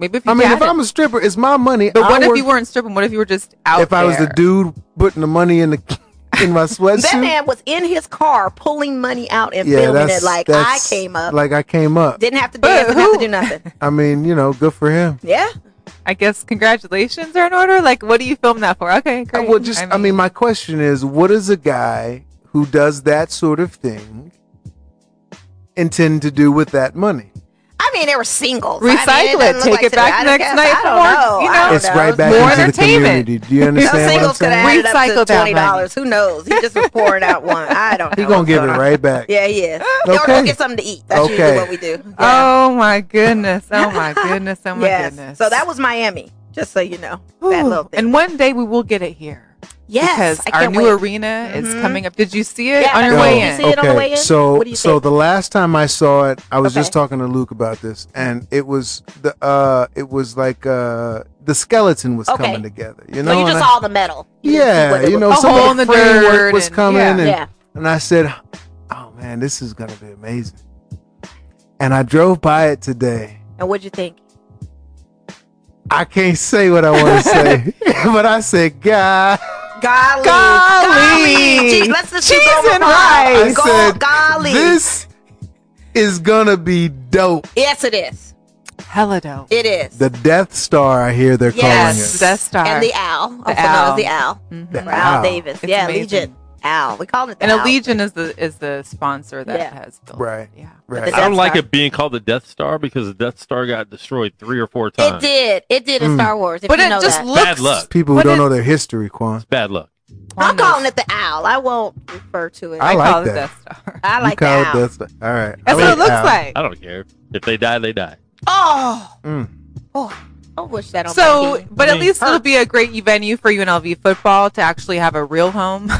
D: Maybe if you
E: I mean,
D: had
E: if
D: it.
E: I'm a stripper, it's my money.
D: But what
E: I
D: if
E: work-
D: you weren't stripping? What if you were just out?
E: If I was the
D: there?
E: dude putting the money in the in my
C: That
E: sweatsuit,
C: man was in his car pulling money out and
E: yeah,
C: filming
E: that's
C: it like I
E: that's
C: came up,
E: Like I came up.
C: didn't have to
D: But
C: dance, didn't have to
D: who-
C: do nothing.
E: I mean, you know, good for him.
C: Yeah.
D: I guess congratulations are in order. Like, what do you film that for? Okay,
E: Uh,
D: great.
E: Well, just I mean, my question is, what does a guy who does that sort of thing intend to do with that money?
C: I I mean, they were singles.
D: Recycle
C: I mean,
D: it.
C: doesn't look like
D: Take it
C: to-
D: back
C: I
D: next
C: guess-
D: night
C: I don't
D: for more,
C: know.
D: you
C: I
D: know.
C: don't
E: It's right back
D: More
E: into the
D: entertainment.
E: community. Do you
C: Those
E: understand what I'm
C: singles could
E: saying?
D: add-
C: have added
D: Recycle
C: up to
D: that
C: twenty dollars. Who knows? He just was pouring out one. I don't. know
E: He's gonna
C: what's
E: give it
C: going on.
E: right back.
C: Yeah, he is. Or
E: Okay.
C: go get something to eat. That's
E: Okay.
C: usually what we do. Yeah.
D: Oh my goodness! Oh my goodness! Oh my
C: yes.
D: goodness!
C: So that was Miami. Just so you know, that
D: Ooh,
C: little thing.
D: And one day we will get it here.
C: yes,
D: because
C: I
D: our
C: can't
D: new
C: wait. Mm-hmm.
D: arena is coming up. Did you see it
C: Yeah,
D: on your
C: that's
D: way
C: what
D: in?
C: you see. it on the way in?
E: So,
C: What do you
E: so
C: think?
E: the last time I saw it, I was just
C: Okay.
E: talking to Luke about this, and it was the uh, it was like uh, the skeleton was
C: Okay.
E: coming together. You know,
C: so you
E: and
C: just
E: I-
C: saw the metal. You didn't see what
E: yeah,
C: it
E: you
C: was.
E: know,
D: A
E: some
D: hole
E: of
D: in the
E: the framework
D: dirt
E: was
D: and-
E: coming,
D: yeah.
E: and
C: Yeah.
E: and I said, "Oh man, this is gonna be amazing." And I drove by it today.
C: And what'd you think?
E: I can't say what I want to say, but I said, "God."
C: Golly.
D: Golly.
C: Gee, let's just
D: Cheese
C: keep going
D: and
C: with mine.
E: I
D: rice.
C: Go-
E: said,
C: golly.
E: This is gonna be dope.
C: yes, it is.
D: Hella dope.
C: It is.
E: The Death Star, I hear they're
C: yes.
D: Death Star.
C: And the owl. Also known
D: owl.
C: as the owl.
E: calling it.
C: Or Al
E: Mm. Wow.
C: Davis.
D: It's
C: yeah,
D: amazing.
C: Legion. Al. We called it the
D: And
C: owl.
D: Allegiant is the is the sponsor that
C: Yeah.
D: has built. it.
E: Right.
D: Yeah.
E: Right.
F: I don't like
D: Star.
F: it being called the Death Star because the Death Star got destroyed three or four times.
C: It did. It did in
E: Mm.
C: Star Wars. If
D: But
C: you
D: it
C: know
D: just
C: that.
D: looks.
F: Bad luck.
E: People who
D: But
E: don't
D: it-
E: know their history, Quan.
F: It's bad luck.
C: I'm calling it the owl. I won't refer to it.
E: I
D: I,
E: like
D: call it
E: that.
D: Death Star.
C: I like
E: you
C: the
E: call
C: owl.
E: it Death Star. All right. I
D: That's what
E: like
D: it looks
E: Al.
D: like.
F: I don't care. If they die, they die.
C: Oh,
E: Mm.
C: boy. I wish that on my
D: So,
C: team.
D: but at
F: Me.
D: least it'll be a great venue for UNLV football to actually have a real home.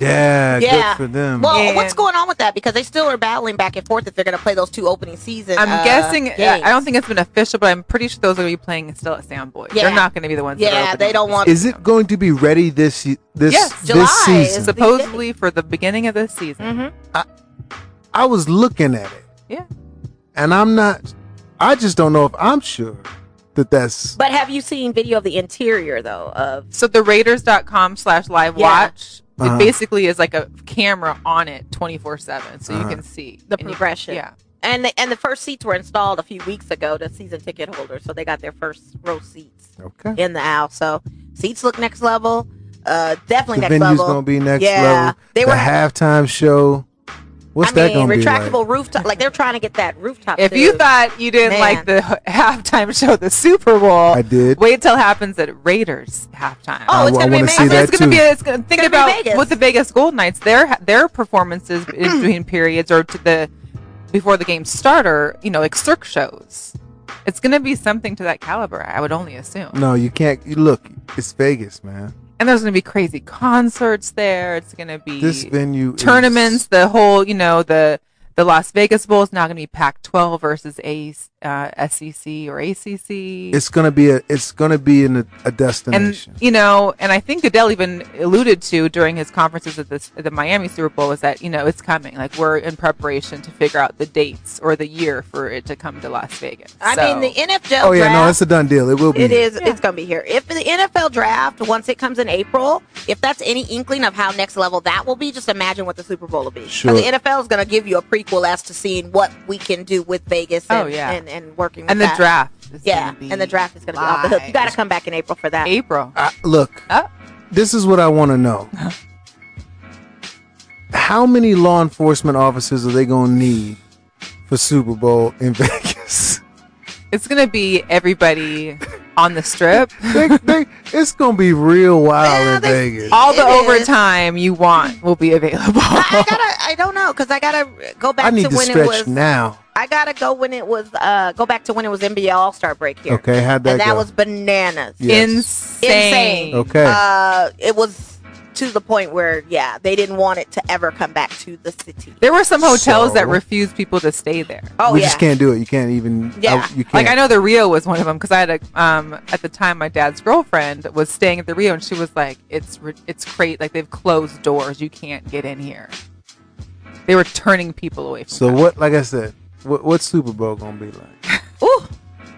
E: Yeah,
C: Yeah.
E: Good for them.
C: Well,
D: Yeah.
C: what's going on with that? Because they still are battling back and forth if they're going to play those two opening season.
D: I'm
C: uh,
D: guessing. I-
C: games.
D: I don't think it's been official, but I'm pretty sure those are going to be playing still at Sandboy. They're
C: Yeah.
D: not going to be the ones. that are
C: Yeah, they
D: opening.
C: don't want.
E: is it going to be ready this y- this
D: Yes,
E: this
C: July is
E: season?
C: the-
D: supposedly for the beginning of this season.
C: Mm-hmm.
E: I was looking at it,
D: Yeah.
E: and I'm not. I just don't know if I'm sure that that's.
C: But have you seen video of the interior though? Of
D: So the Raiders.com slash live
C: Yeah.
D: watch.
E: Uh-huh.
D: It basically is like a camera on it 24 7. So
E: Uh-huh.
D: you can see
C: The
D: and you-
C: progression.
D: Yeah.
C: and the, and the first seats were installed a few weeks ago to season ticket holders, so they got their first row seats
D: Mm.
E: okay.
C: in the aisle. So seats look next level. Uh,
E: The
C: definitely next
E: venue's
C: level.
E: gonna be next
C: yeah,
E: level.
C: they
E: the
C: were.
E: halftime show. What's
C: I
E: that
C: mean,
E: gonna
C: retractable
E: be like?
C: rooftop. Like they're trying to get that rooftop.
D: If
C: too.
D: you thought you didn't
C: Man.
D: like the h- halftime show, at the Super Bowl,
E: I did.
D: wait till happens at Raiders halftime.
C: Oh, it's
E: I,
C: gonna be
E: want to
C: amazing.
E: see
D: I mean,
E: that
D: it's gonna be.
E: too.
D: It's gonna think
C: It's gonna be
D: about
C: Vegas.
D: what the Vegas Gold Knights their their performances in between periods or to the before the game starter. You know, like Cirque shows. It's gonna be something to that caliber. I would only assume.
E: no, you can't. You look, it's Vegas, man.
D: And there's gonna be crazy concerts there. It's gonna be
E: This venue is-
D: tournaments. The whole, you know, the the Las Vegas Bowl is now gonna be Pac-12 versus A uh, SEC or ACC.
E: It's gonna be a. It's gonna be in a, a
D: and
E: destination.
D: you know, and I think Goodell even alluded to during his conferences at this at the Miami Super Bowl was that you know it's coming. Like we're in preparation to figure out the dates or the year for it to come to Las Vegas.
C: I
D: So-
C: mean, the NFL.
E: oh yeah,
C: draft,
E: no, it's a done deal. It will be.
C: It is.
D: Yeah.
C: It's going to be here. If the NFL draft, once it comes in April, if that's any inkling of how next level that will be, just imagine what the Super Bowl will be. 'Cause
E: Sure.
C: The NFL is going to give you a prequel as to seeing what we can do with Vegas. And,
D: Oh, yeah.
C: and, and working with
D: and the
C: that.
D: draft. Is
C: Yeah,
D: gonna be
C: and the draft is going to be off the hook. You
D: live.
C: got to come back in April for that.
D: April.
E: I, look,
D: Oh.
E: this is what I want to know.
C: Uh-huh.
E: How many law enforcement officers are they gonna need for Super Bowl in Vegas?
D: It's gonna be everybody on the strip.
E: they, they, it's gonna be real wild
C: Yeah,
E: in
C: they-
E: Vegas.
D: All the
C: It is.
D: overtime you want will be available.
C: I, I gotta. I don't know because I gotta go back
E: I need
C: to
E: to
C: when
E: stretch
C: it was.
E: now.
C: I gotta go when it was. Uh, go back to when it was NBA All Star break here.
E: Okay, how'd that
C: and that
E: go?
C: was bananas.
E: Yeah. Yes.
D: Insane.
C: Insane.
E: Okay.
C: Uh, it was to the point where, yeah, they didn't want it to ever come back to the city.
D: There were some hotels that
E: So-
D: refused people to stay there.
C: Oh
E: we
C: yeah,
E: just can't do it. You can't even. I-
C: Yeah.
E: you can't.
D: Like I know the Rio was one of them because I had a um at the time my dad's girlfriend was staying at the Rio and she was like it's re- it's crazy like they've closed doors you can't get in here. They were turning people away. From
E: So
D: that.
E: what? Like I said, what, what's Super Bowl gonna be like?
C: Ooh.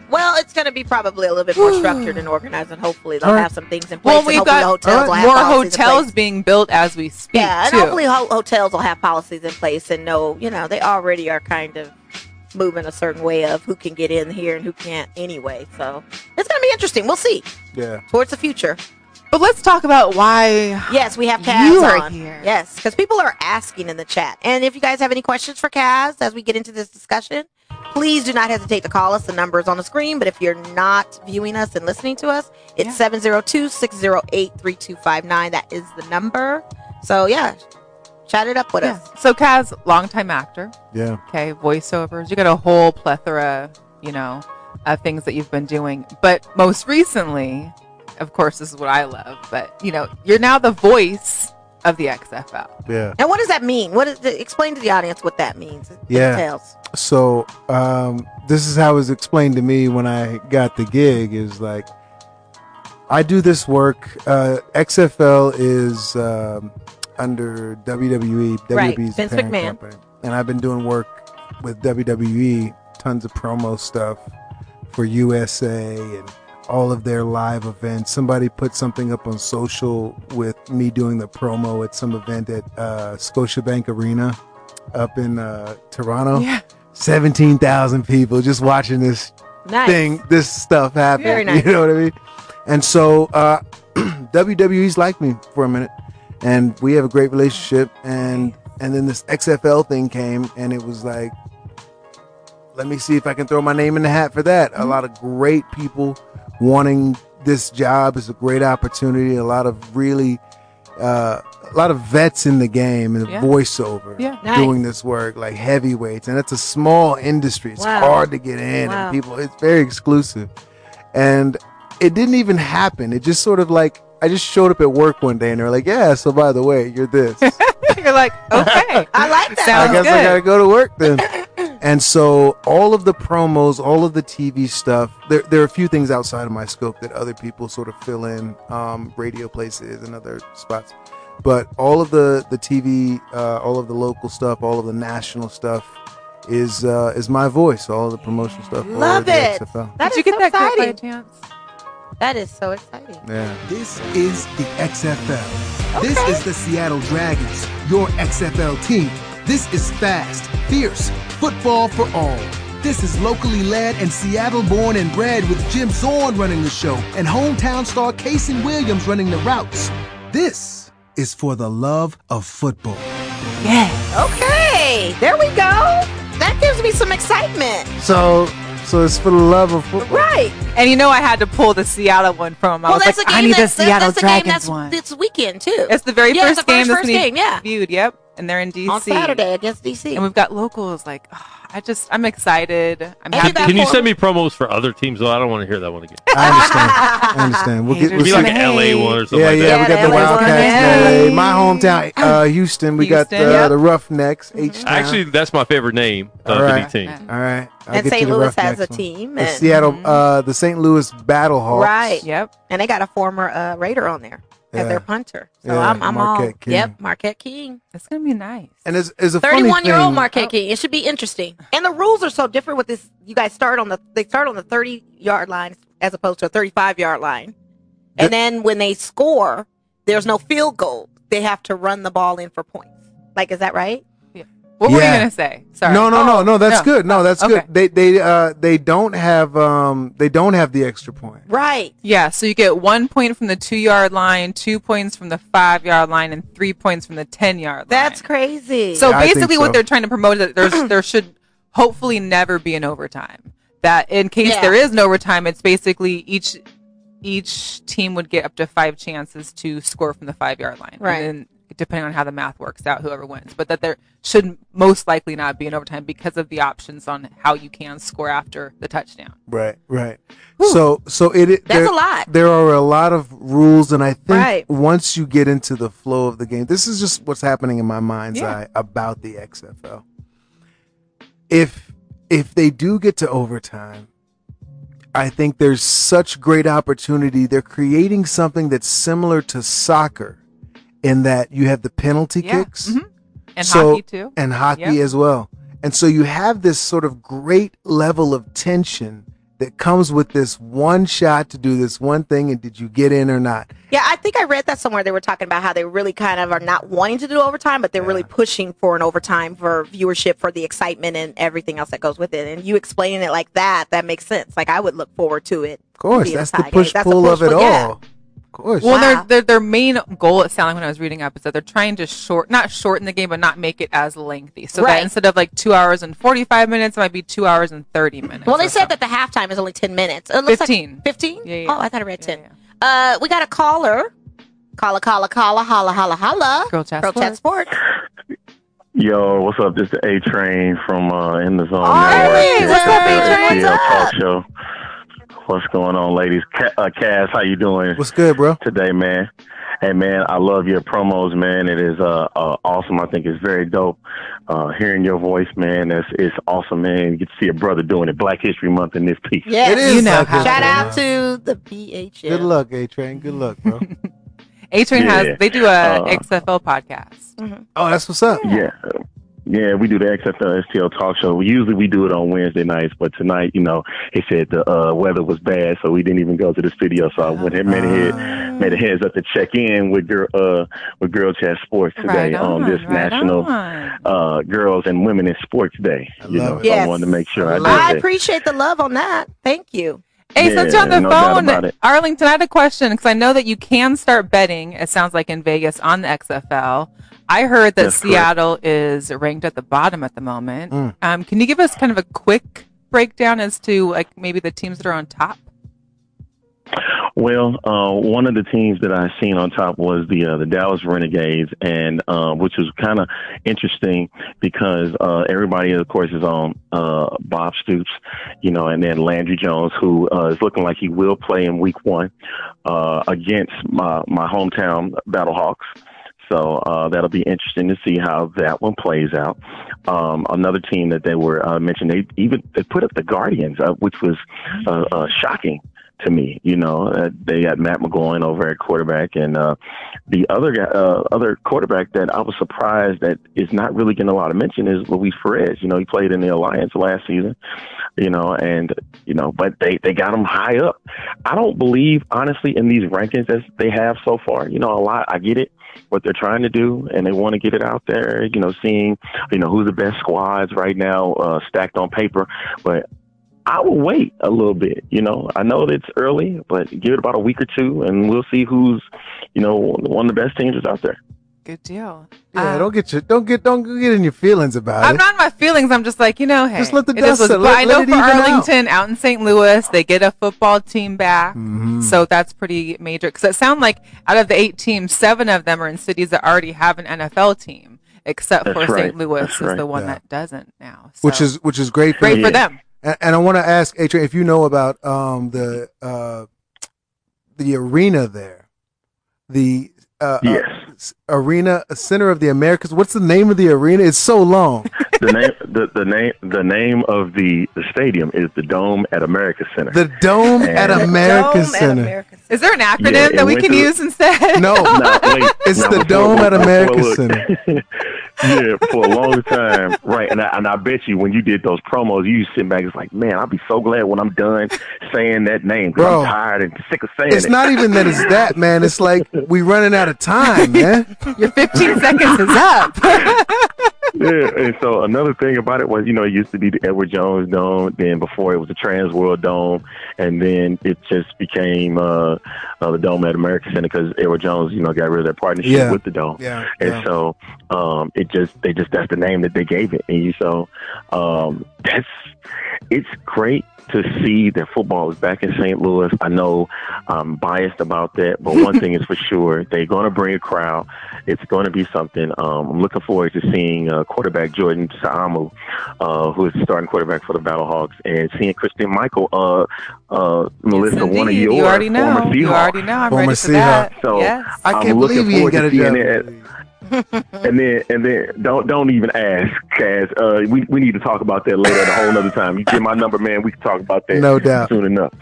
C: Well, it's going to be probably a little bit more structured and organized, and hopefully they'll
E: All right.
C: have some things in place.
D: Well,
C: and
D: we've
C: hopefully
D: got
C: the hotels
D: uh,
C: will have
D: more
C: policies in
D: hotels
C: place.
D: being built as we speak.
C: Yeah, and
D: too.
C: hopefully ho- hotels will have policies in place and know, you know, they already are kind of moving a certain way of who can get in here and who can't anyway. So it's going to be interesting. We'll see
E: Yeah.
C: towards the future.
D: But let's talk about why.
C: Yes, we have Kaz
D: You are
C: on.
D: here.
C: Yes, because people are asking in the chat. And if you guys have any questions for Kaz as we get into this discussion, Please do not hesitate to call us. The number is on the screen. But if you're not viewing us and listening to us, it's 702 608 3259. That is the number. So, yeah, chat it up with
D: Yeah.
C: us.
D: So Kaz, longtime actor.
E: Yeah.
D: Okay, voiceovers. You got a whole plethora, you know, of things that you've been doing. But most recently, of course, this is what I love. But you know, you're now the voice of the XFL.
E: Yeah.
C: Now, what does that mean? What is the, explain to the audience what that means. What it
E: Yeah.
C: entails.
E: So um, this is how it was explained to me when I got the gig is like, I do this work. Uh, XFL is um, under E, WWE,
C: Right,
E: WWE's
C: Vince
E: parent
C: McMahon.
E: company, and I've been doing work with WWE, tons of promo stuff for USA and all of their live events. Somebody put something up on social with me doing the promo at some event at uh, Scotiabank Arena up in uh, Toronto.
D: Yeah.
E: 17,000 people just watching this
C: Nice.
E: thing, this stuff happen.
C: Very nice.
E: You know what I mean? And so uh, WWE's liked me for a minute, and we have a great relationship. And and then this XFL thing came, and it was like, let me see if I can throw my name in the hat for that.
C: Mm-hmm.
E: A lot of great people wanting this job is a great opportunity. A lot of really. Uh, a lot of vets in the game and
D: Yeah.
E: voiceover
D: Yeah.
C: Nice.
E: doing this work like heavyweights and that's a small industry it's
C: Wow.
E: hard to get in
C: Wow.
E: and people it's very exclusive and it didn't even happen it just sort of like i just showed up at work one day and they were like yeah so by the way you're this
D: you're like, okay,
C: I like that.
E: I
D: Sounds
E: guess I
D: good.
E: gotta go to work then. and so all of the promos, all of the TV stuff, there, there are a few things outside of my scope that other people sort of fill in, um, radio places and other spots. But all of the the TV, uh, all of the local stuff, all of the national stuff is uh, is my voice. All of the promotion stuff. all of
C: Love
E: the
C: it.
E: XFL.
C: That
D: Did
C: is
D: you get
C: so
D: that clip by
C: exciting.
D: chance?
C: That is so exciting.
E: Yeah.
A: This is the XFL. This is the Seattle Dragons, your XFL team. This is fast, fierce, football for all. This is locally led and Seattle born and bred with Jim Zorn running the show and hometown star Casey Williams running the routes. This is for the love of football.
C: Okay, there we go. That gives me some excitement.
E: So so it's for the love of football.
C: Right.
D: And you know, I had to pull the Seattle one from. I
C: well,
D: was
C: that's
D: like,
C: a game
D: I need the
C: that's, that's,
D: Seattle
C: that's a game
D: Dragons
C: that's
D: one.
C: this weekend too.
D: It's the very
C: Yeah, it's
D: first
C: the
D: game that's
C: first
D: gonna be
C: game, yeah.
D: viewed. Yep, and they're in DC
C: on Saturday against DC.
D: And we've got locals. Like, oh, I just, I'm excited. I'm
C: you
D: happy.
C: got
F: Can you
C: for-
F: send me promos for other teams though? I don't want to hear that one again.
E: I understand. I understand. We'll get,
D: Haters
E: we'll
F: It'd be
E: see-
F: like an LA one or something
E: yeah,
F: like
E: yeah,
F: that.
E: we got
C: Yeah,
E: the
C: that was one.
E: Wildcats.
C: Yeah.
E: Yeah, My hometown, uh, Houston. We got the,
D: Houston. Yep.
E: the Roughnecks.
C: Mm-hmm.
E: H Town.
F: Actually, that's my favorite name of
E: Alright.
F: the team.
D: Yeah.
E: all right.
C: and
E: I'll get you
C: St.
E: the
C: Louis has
E: Roughnecks
C: a
E: one.
C: team,
E: The
C: and, Mm-hmm.
E: Seattle, uh, the St. Louis Battlehawks.
C: Right.
D: Yep.
C: and they got a former uh, Raider on there as
E: Yeah.
C: their punter. So
E: Yeah,
C: I'm, I'm all.
E: Marquette King.
C: Yep, Marquette King,
D: It's gonna be nice.
E: And it's, it's a funny
C: 31 year old
E: thing.
C: Marquette King. It should be interesting. And the rules are so different with this. You guys start on the they start on the 30 yard line as opposed to a 35 yard line,
E: Yeah.
C: and then when they score, there's no field goal. They have to run the ball in for points. Like, is that right?
D: What were you
E: Yeah.
D: gonna say? Sorry. Oh,
E: No, no, no, no. That's
D: no.
E: good. No, that's
D: Okay.
E: good. They, they, uh, they don't have, um, they don't have the extra point.
C: Right.
D: Yeah, so you get one point from the two yard line, two points from the five yard line, and three points from the ten yard line.
C: That's crazy.
D: So
E: Yeah, I think
D: basically,
E: so.
D: what they're trying to promote is that there's, there should hopefully never be an overtime. That in case
C: Yeah.
D: there is an overtime, it's basically each each team would get up to five chances to score from the five yard line.
C: Right.
D: And then depending on how the math works out, whoever wins. But that there should most likely not be an overtime because of the options on how you can score after the touchdown.
E: Right, right. So, so it, it
C: That's
E: there-
C: a lot.
E: There are a lot of rules, and I think
C: Right.
E: once you get into the flow of the game, this is just what's happening in my mind's
D: Yeah.
E: eye about the XFL. If if they do get to overtime, I think there's such great opportunity. They're creating something that's similar to soccer, in that you have the penalty
D: Yeah,
E: kicks
C: Mm-hmm.
D: mhm. And
E: so,
D: hockey too.
E: and hockey
D: Yep.
E: as well. And so you have this sort of great level of tension that comes with this one shot to do this one thing, and did you get in or not?
C: Yeah, I think I read that somewhere. They were talking about how they really kind of are not wanting to do overtime, but they're really pushing for an overtime for viewership, for the excitement and everything else that goes with it. And you explaining it like that, that makes sense. Like I would look forward to it.
E: Of course,
C: being a
E: that's the
C: tie game.
E: push
C: That's a
E: pull of it
C: push-pull, yeah.
E: all. Of course.
D: Well,
C: Wow.
D: their, their their main goal it sounded like when I was reading up is that they're trying to short, not shorten the game, but not make it as lengthy. So
C: Right.
D: that instead of like two hours and forty five minutes, it might be two hours and thirty minutes.
C: Well, they
D: or
C: said
D: so.
C: that the halftime is only 10 minutes. It looks
D: 15.
C: Like 15?
D: Yeah, yeah.
C: Oh, I thought I read 10.
D: yeah.
C: Uh, we got a caller. Calla, calla, calla, holla, holla, holla.
D: Girl Chat
C: Girl Chat Sports.
G: Yo, what's up? This is A Train from uh, In the Zone Network.
C: hey,
G: Here
C: what's
G: with
C: up,
G: the
C: A-Train?
G: FPL
C: What's
G: Talk
C: up?
G: show. What's going on, ladies? Ca- uh, Cass, how you doing
E: What's good, bro?
G: today, man? Hey, man, I love your promos, man. It is uh, uh, awesome. I think it's very dope uh, hearing your voice, man. It's, it's awesome, man. You get to see a brother doing it. Black History Month in this piece.
C: Yes.
E: It is
D: You know
E: like
D: how
E: that,
C: Shout
E: man.
C: out to the BHL.
E: Good luck, A Train. Good luck, bro.
D: A Train
G: Yeah.
D: has they do a
G: Uh,
D: XFL podcast.
E: oh, that's what's up.
G: Yeah. Yeah, we do the XFL STL talk show. We usually we do it on Wednesday nights, but tonight, you know, they said the uh, weather was bad, so we didn't even go to the studio. So I went and made a head, made a heads up to check in with girl uh, with Girl Chat Sports today
D: Right on,
G: this
D: right
G: National
D: on.
G: uh, Girls and Women in Sports Day.
E: I
G: You
E: love
G: know,
E: it.
G: so I
C: Yes.
G: wanted to make sure I did
C: I
G: that.
C: appreciate the love on that. Thank you.
D: Hey,
G: Yeah,
D: since you're on the
G: no doubt about
D: phone,
G: it.
D: Arlington, I had a question because I know that you can start betting. It sounds like in Vegas on the XFL. I heard that
G: That's correct. Mm.
D: Seattle is ranked at the bottom at the moment. Um, can you give us kind of a quick breakdown as to like maybe the teams that are on top?
G: Well, uh, one of the teams that I seen on top was the uh, the Dallas Renegades, and uh, which was kind of interesting because uh, everybody, of course, is on uh, Bob Stoops, you know, and then Landry Jones, who uh, is looking like he will play in Week One uh, against my my hometown Battlehawks. So uh, that'll be interesting to see how that one plays out. Um, another team that they were uh, mentioned, they even they put up the Guardians, uh, which was uh, uh, shocking to me. You know, uh, they got Matt McGloin over at quarterback, and uh, the other guy, uh, other quarterback that I was surprised that is not really getting a lot of mention is Luis Perez. You know, he played in the Alliance last season. You know, and you know, but they they got him high up. I don't believe honestly in these rankings that they have so far. You know, a lot. I get it what they're trying to do, and they want to get it out there. You know, seeing you know who the best squads right now uh, stacked on paper, but I will wait a little bit. You know, I know that it's early, but give it about a week or two, and we'll see who's, you know, one of the best teams is out there.
D: Good deal.
E: Yeah,
D: Um,
E: don't get your don't get don't get in your feelings about
D: I'm
E: it.
D: not in my feelings. I'm just like, you know, hey.
E: Just let the
D: it is
E: dust
D: what-
E: settle.
D: but
E: Let-
D: I
E: let
D: know
E: it
D: for
E: even out.
D: Arlington, out. in St. Louis, they get a football team back.
E: Mm-hmm.
D: So that's pretty major. Because it sounds like out of the eight teams, seven of them are in cities that already have an NFL team, except
G: That's
D: for
G: right.
D: St. Louis
G: That's
D: is
G: right.
D: the one
E: Yeah.
D: that doesn't now. So
E: which is which is great for
D: great
E: you.
D: for them.
E: And, and I want to ask Adrian if you know about um, the uh, the arena there, the uh,
G: Yes.
E: uh, s- arena Center of the Americas. What's the name of the arena? It's so long.
G: the name, the, the name, the name of the, the stadium is the Dome at America Center.
E: the Dome at
G: The
E: America
C: Dome at
E: Center.
C: America Center.
D: Is there an acronym
G: Yeah, it
D: that we
G: went
D: can
G: through-
D: use instead?
E: No,
G: No, wait,
E: It's
G: no,
E: the
G: before-
E: Dome at
G: before-
E: America
G: look.
E: Center.
G: yeah, for a long time, right? And I, and I bet you when you did those promos, you sit back, it's like, man, I'll be so glad when I'm done saying that name. 'cause
E: Bro.
G: I'm tired and sick of saying
E: it's
G: it.
E: not even that. It's that man. It's like we running out of time, man.
D: Your 15 seconds is up.
G: yeah, and so another thing about it was, you know, it used to be the Edward Jones Dome. Then before it was the Trans World Dome, and then it just became uh, uh, the Dome at America Center because Edward Jones, you know, got rid of their partnership
E: Yeah.
G: with the Dome.
E: Yeah,
G: And
E: yeah.
G: so um, it just they just that's the name that they gave it, and you so um, that's it's great to see that football is back in St. Louis. I know I'm biased about that, but one thing is for sure they're going to bring a crowd. It's going to be something. Um, I'm looking forward to seeing uh, quarterback Jordan Saamu, uh, who is the starting quarterback for the Battlehawks, and seeing Christian Michael, uh, uh, Melissa, one of
D: Indeed.
G: your
D: you already
G: former
D: know.
G: Seahawks.
D: You already know. I'm
E: Former
D: ready for that.
G: Seahawk. So-
D: yes.
E: I
G: I'm
E: can't
G: looking
E: believe he ain't
G: forward
E: got a
G: to
E: job.
G: seeing And then, and then, don't don't even ask, Cass. Uh, we we need to talk about that later, at a whole other time. You get my number, man. We can talk about that.
E: No doubt.
G: Soon enough.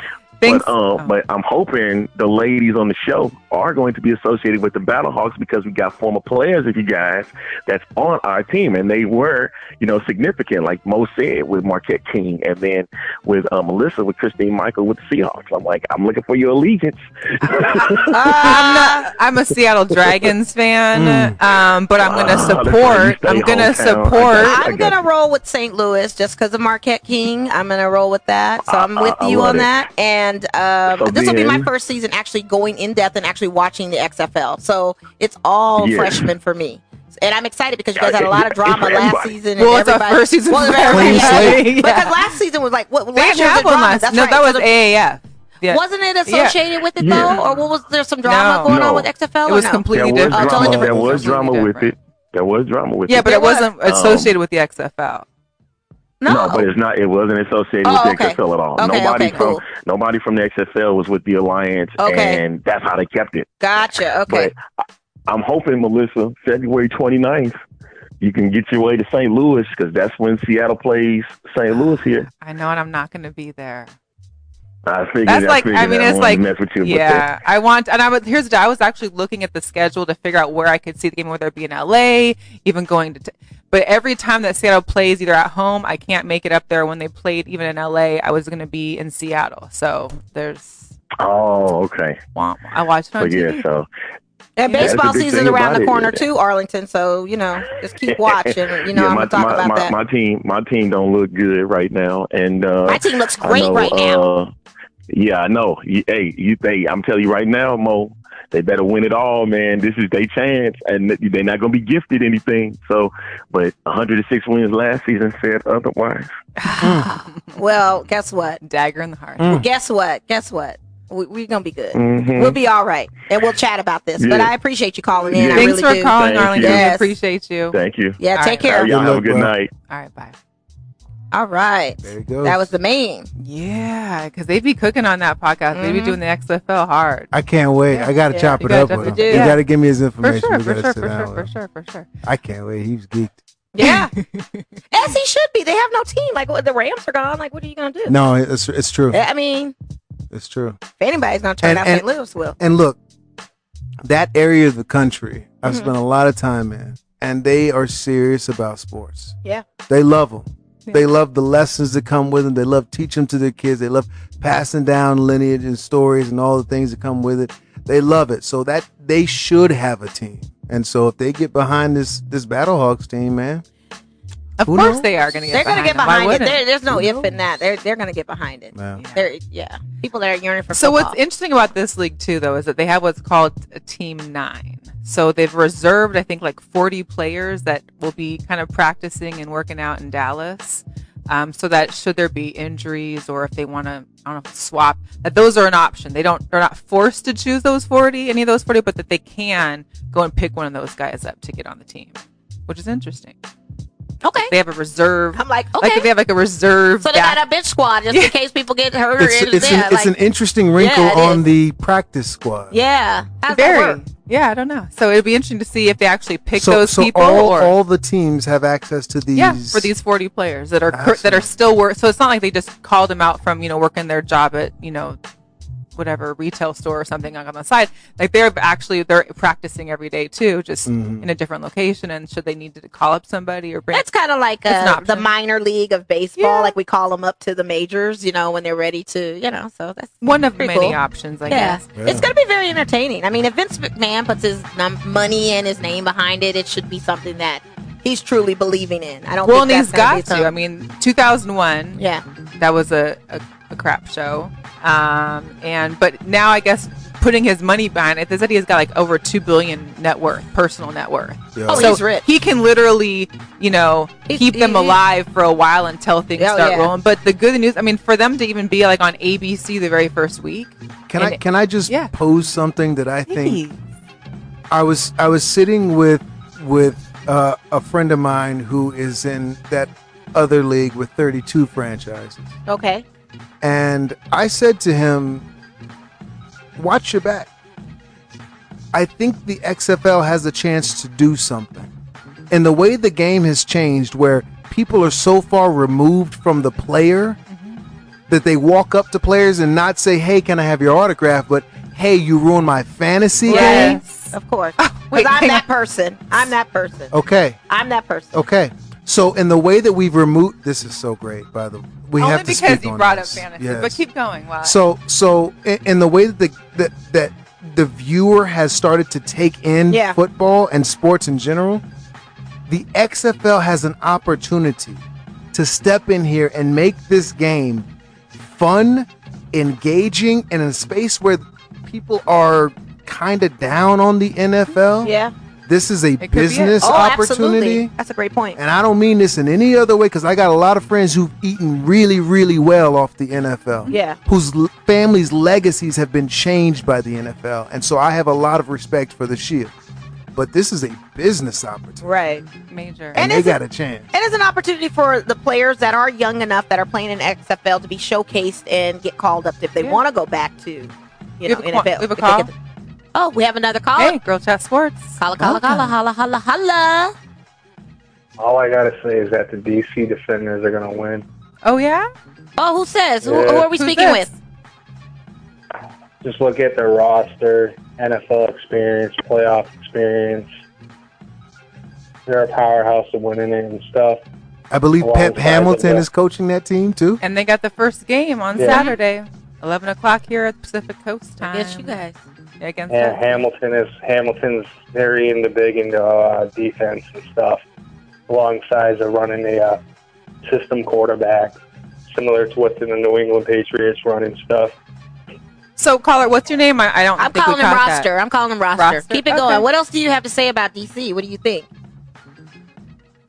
D: Thanks.
G: But um,
D: Oh.
G: but I'm hoping the ladies on the show are going to be associated with the Battlehawks because we got former players, if you guys, that's on our team, and they were, you know, significant, like Mo said, with Marquette King, and then with uh, Melissa, with Christine Michael, with the Seahawks. I'm like, I'm looking for your allegiance.
D: I'm
C: Ah.
D: not. I'm a Seattle Dragons fan, um, but I'm going to
G: Ah, Mm. that's right. You
D: support.
G: stay
D: I'm going to
G: hometown.
D: support.
G: I
C: I'm
G: got
C: gonna
G: you.
C: roll with St. Louis just because of Marquette King. I'm gonna roll with that, so I'm
G: I-
C: with
G: Uh, I
C: you
G: love
C: on
G: it.
C: that. and um,
G: So
C: this will be my
G: then-
C: first season actually going in depth and actually watching the XFL. So it's all
G: Yes.
C: freshmen for me, and I'm excited because you guys had a lot of
G: It's for
C: drama last
G: everybody.
C: season. And
D: Well, it's our
C: everybody,
D: first season
C: Well,
D: for
C: everybody-
D: everybody.
C: yeah.
D: Yeah.
C: Because last season was like what?
D: They
C: last year was a
D: traveled
C: drama.
D: last.
C: That's
D: No,
C: right.
D: that was
C: So the-
D: AAF. Yeah.
C: Wasn't it
D: Yeah.
C: associated with it
G: Yeah.
C: though, or what was there some drama
D: No.
C: going on
G: No.
C: with XFL?
D: It was
C: or no?
D: completely
G: there was
C: different. Oh,
G: drama.
C: totally
G: There was
D: different.
G: drama with
D: Completely
G: it. There was drama with
D: Yeah,
G: it.
D: but
C: There
D: it wasn't
G: was.
D: associated with the XFL.
C: No,
G: but it's not. It wasn't associated
C: Oh,
G: with the
C: okay.
G: XFL at all.
C: Okay,
G: nobody
C: okay,
G: from
C: cool.
G: nobody from the XFL was with the alliance,
C: Okay.
G: and that's how they kept it.
C: gotcha. Okay,
G: But I- I'm hoping Melissa, February 29th, you can get your way to St. Louis because that's when Seattle plays St. Louis here.
D: I know, and I'm not going to be there.
G: I figured.
D: That's
G: I
D: like,
G: figured
D: I mean,
G: that.
D: it's
G: wanted
D: like,
G: to mess with you, but that-
D: yeah. I want, and I was here's the. deal, I was actually looking at the schedule to figure out where I could see the game, whether it be in LA, even going to. T- but every time that Seattle plays, either at home, I can't make it up there. When they played, even in LA, I was going to be in Seattle. So there's,
G: Oh, okay.
D: womp. I watched it
G: So
D: on
G: yeah,
D: TV.
G: so
C: and
G: that's the
C: baseball
G: big
C: season
G: thing
C: around
G: about
C: the
G: it,
C: corner
G: yeah.
C: too, Arlington. So you know, just keep watching. You know,
G: yeah,
C: I'm
G: my,
C: gonna talk
G: my,
C: about
G: my,
C: that.
G: my team, my team don't look good right now, and uh,
C: My team looks
G: I
C: great
G: know,
C: right now.
G: Uh, yeah, I know. You- Hey, you, they, I'm telling you right now, Mo, they better win it all, man. This is their chance, and they're not going to be gifted anything. So, but 106 wins last season said otherwise.
C: Well, guess what?
D: Dagger in the heart.
C: Guess what? Guess what? We, we're gonna be good.
G: Mhm.
C: We'll be all right, and we'll chat about this. But
G: Yeah.
C: I appreciate you calling in.
G: Yeah.
C: I
D: Thanks
C: really
D: for
C: do.
D: calling,
G: Thank
D: Arlington.
C: you.
D: We
C: Yes.
D: appreciate you.
G: Thank you.
C: Yeah,
D: All
C: take
D: right.
C: care.
G: Y'all have a good
E: Good luck,
G: night.
D: All right, bye.
C: All right,
E: There you go.
C: that was the main.
D: Yeah, because they be cooking on that podcast. They
C: Mm-hmm.
D: be doing the XFL hard.
E: I can't wait. I got to
C: Yeah,
E: chop
D: you
E: it
D: gotta
E: up with him.
D: definitely do.
E: You
D: Yeah.
E: got to give me his
D: For
E: information.
D: sure,
E: We
D: for
E: gotta
D: sure,
E: sit
D: for
E: down
D: sure,
E: with
D: for
E: him.
D: sure, for sure.
E: I can't wait. He was geeked.
C: Yeah, as he should be. They have no team. Like what- the Rams are gone. Like what are you gonna do?
E: No, it's it's true.
C: I mean,
E: It's true.
C: if anybody's gonna turn
E: And-
C: out
E: and-
C: St. Louis, will.
E: And look, that area of the country, I've
C: Mm-hmm.
E: spent a lot of time in, and they are serious about sports.
C: Yeah.
E: They love them. They love the lessons that come with them. They love teaching them to their kids. They love passing down lineage and stories and all the things that come with it. They love it. So that they should have a team. And so if they get behind this this Battlehawks team, man,
D: Of
E: Who
D: course,
E: knows?
D: they are going to
C: They're
D: get.
C: gonna get
D: them. Why
C: behind it.
D: wouldn't?
C: There, there's no if in that. They're they're gonna get behind it.
E: man,
D: Yeah.
C: They're yeah. People that are yearning for
D: So
C: football.
D: what's interesting about this league too, though, is that they have what's called a team nine. So they've reserved, I think, like 40 players that will be kind of practicing and working out in Dallas. Um, so that should there be injuries or if they want to, I don't know, swap, that those are an option. They don't, they're not forced to choose those 40, any of those 40, but that they can go and pick one of those guys up to get on the team, which is interesting.
C: okay.
D: They have a reserve.
C: I'm like,
D: Like
C: okay.
D: if they have like a reserve.
C: So they
D: back-
C: got a bench squad just in case people get hurt
E: it's
C: or
E: it's,
C: anything.
E: an, it's an interesting wrinkle
C: Yeah, it
E: on
C: is.
E: the practice squad.
C: yeah. How's that
D: Very.
C: work?
D: Yeah, I don't know. So it'd be interesting to see if they actually pick
E: so,
D: those
E: so
D: people
E: all,
D: or
E: all the teams have access to these.
D: yeah, for these 40 players that are cur- that are
E: Fascinating.
D: still work. So it's not like they just called them out from, you know, working their job at, you know, whatever retail store or something on the side. Like they're actually they're practicing every day too, just
E: Mm-hmm.
D: in a different location and should they need to call up somebody or bring
C: That's kind of like
D: It's an
C: uh,
D: option.
C: the minor league of baseball.
D: Yeah.
C: Like we call them up to the majors, you know, when they're ready to, you know. So that's
D: one of
C: pretty
D: many
C: cool.
D: options, I
C: Yeah.
D: guess.
C: it's going to be very entertaining. I mean, if Vince McMahon puts his num- money and his name behind it, it should be something that he's truly believing in. I don't.
D: Well, and
C: think
D: he's
C: that's gonna be
D: got to. I
C: some-
D: mean, 2001,
C: yeah,
D: that was a, a, a crap show. Um, and but now I guess putting his money behind it, they said he has got like over two billion net worth, personal net worth.
E: Yeah. Oh,
D: so
C: he's rich.
D: He can literally, you know,
C: He's-
D: keep them
C: he-
D: alive for a while until things
C: Oh,
D: start
C: yeah.
D: rolling. But the good news, I mean, for them to even be like on ABC the very first week,
E: Can
D: and
E: I can I just
D: yeah.
E: pose something that I think
D: Hey.
E: I was I was sitting with with uh, a friend of mine who is in that other league with 32 franchises,
C: okay,
E: and I said to him, "Watch your back." I think the XFL has a chance to do something, and the way the game has changed, where people are so far removed from the player
D: Mm-hmm.
E: that they walk up to players and not say, "Hey, can I have your autograph?" But "Hey, you ruined my fantasy game."
D: yes,
C: of course. 'Cause
D: wait,
C: I'm
D: hang
C: that
D: on.
C: person. I'm that person.
E: Okay.
C: I'm that person.
E: Okay. So in the way that we've removed this is so great by the we
D: only
E: have to
D: because
E: speak
D: you
E: on
D: brought
E: this.
D: up fantasy.
E: Yes.
D: But keep going. Wow.
E: So so in, in the way that the that, that the viewer has started to take in
C: Yeah.
E: football and sports in general, the XFL has an opportunity to step in here and make this game fun, engaging and in a space where people are kind of down on the NFL.
C: Yeah.
E: This is a
D: could be it.
E: business
C: Oh,
E: opportunity.
C: absolutely. That's a great point.
E: And I don't mean this in any other way because I got a lot of friends who've eaten really, really well off the NFL.
C: Yeah.
E: Whose l- families' legacies have been changed by the NFL. And so I have a lot of respect for the Shield. But this is a business opportunity.
C: Right.
D: Major.
E: And,
C: And
E: they
C: is it-
E: got a chance.
C: And it's an opportunity for the players that are young enough that are playing in XFL to be showcased and get called up if they
D: Yeah.
C: want to go back to, you
D: We
C: know,
D: have a qu-
C: NFL.
D: we have a
C: if they get
D: call?
C: the- oh, we have another call.
D: hey, Girl Chat Sports.
C: Holla, holla, holla, holla, holla, holla.
H: All I gotta say is that the DC defenders are gonna win.
D: Oh yeah.
C: Oh, who says? Who,
H: Yeah.
C: who are we
D: Who's
C: speaking
D: this?
C: with?
H: Just look at their roster, NFL experience, playoff experience. They're a powerhouse of winning it and stuff.
E: I believe
H: Well,
E: Pep
H: I-
E: Hamilton
H: yeah.
E: is coaching that team too.
D: And they got the first game on
H: Yeah.
D: Saturday, eleven o'clock here at Pacific Coast time.
C: Yes, you guys.
D: Against
H: And
D: us.
H: Hamilton is Hamilton's very into big into uh, defense and stuff, alongside of running a uh, system quarterback, similar to what's in the New England Patriots running stuff.
D: So, caller, what's your name? I, I don't.
C: I'm
D: think we
C: calling him
D: caught
C: roster.
D: That.
C: I'm calling him roster.
D: Roster?
C: Keep it
D: Okay.
C: going. What else do you have to say about DC? What do you think?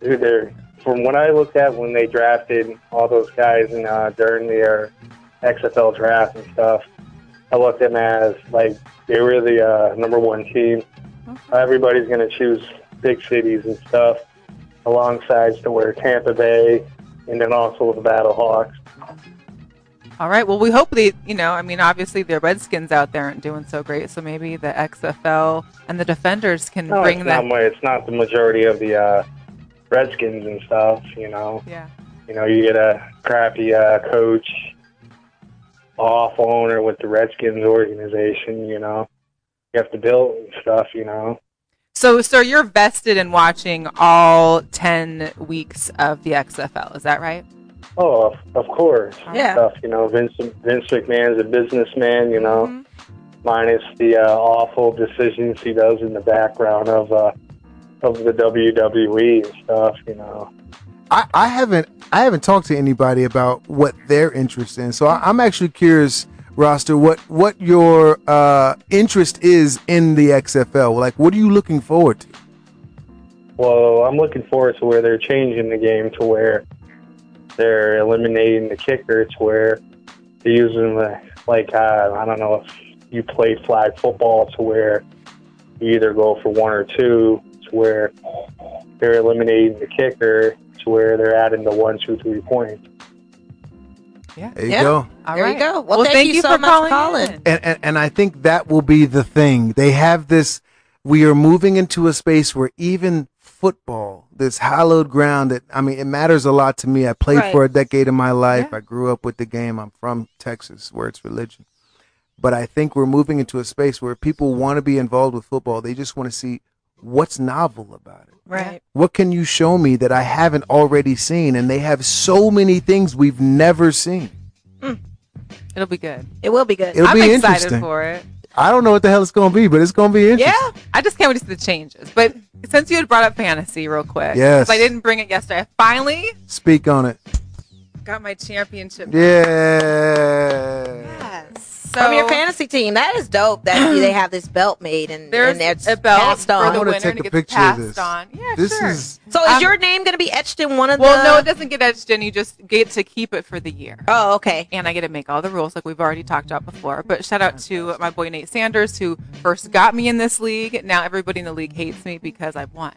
H: Dude, they're, from what I looked at when they drafted all those guys in, uh, during their XFL draft and stuff, I looked at them as like they were the uh, number one team. Everybody's going to choose big cities and stuff, alongside to where Tampa Bay and then also the Battle Hawks.
D: All right. Well, we hope they. You know, I mean, obviously the Redskins out there aren't doing so great. So maybe the XFL and the Defenders can
H: No,
D: bring
H: it's
D: that.
H: not my, it's not the majority of the uh, Redskins and stuff. You know,
D: Yeah.
H: you know, you get a crappy uh, coach, awful owner with the Redskins organization. You know, you have to build and stuff. You know,
D: So, so you're vested in watching all ten weeks of the XFL. Is that right?
H: oh, of, of course,
C: Yeah.
H: stuff. You know, Vince Vince McMahon's a businessman. You know, minus the uh, awful decisions he does in the background of uh, of the WWE and stuff. You know.
E: I, I haven't I haven't talked to anybody about what they're interested in. So I, I'm actually curious, Roster, what what your uh, interest is in the XFL. Like, what are you looking forward to?
H: Well, I'm looking forward to where they're changing the game to where they're eliminating the kicker to where they're using the like uh, I don't know if you played flag football to where you either go for one or two to where they're eliminating the kicker to where they're adding the one, two, three points.
E: There you
C: Yeah.
E: go.
D: All right.
C: There you go. Well, thank you so
D: for
C: much for calling.
D: in.
E: And, and and I think that will be the thing. They have this. We are moving into a space where even football, this hallowed ground that I mean, it matters a lot to me. I played
C: Right.
E: for a decade of my life. I grew up with the game. I'm from Texas, where it's religion. But I think we're moving into a space where people want to be involved with football. They just want to see what's novel about it.
D: Right.
E: What can you show me that I haven't already seen? And they have so many things we've never seen.
D: It'll be good.
C: It will be good.
E: It'll
D: I'm
E: be
D: excited
E: interesting.
D: for it.
E: I don't know what the hell it's going to be, but it's going to be interesting.
D: Yeah, I just can't wait to see the changes. But since you had brought up fantasy real quick,
E: Yes.
D: 'cause I didn't bring it yesterday. I finally
E: Speak on it.
D: got my championship.
E: Yeah.
D: So
C: From your fantasy team, that is dope. That they have this belt made and,
D: there's
C: and it's
D: a belt
C: passed
D: for the
E: I
C: on.
E: wanna
D: winner
E: take
D: to
E: a
D: get
E: picture of
D: passed
E: this.
D: on. Yeah,
E: This
D: sure.
E: is
C: so is
D: um,
C: your name going to be etched in one of
D: well, no, it
C: the?
D: doesn't get etched in. You just get to keep it for the year.
C: oh, okay.
D: and I get to make all the rules like we've already talked about before. But shout out to my boy Nate Sanders who first got me in this league. Now everybody in the league hates me because I've won.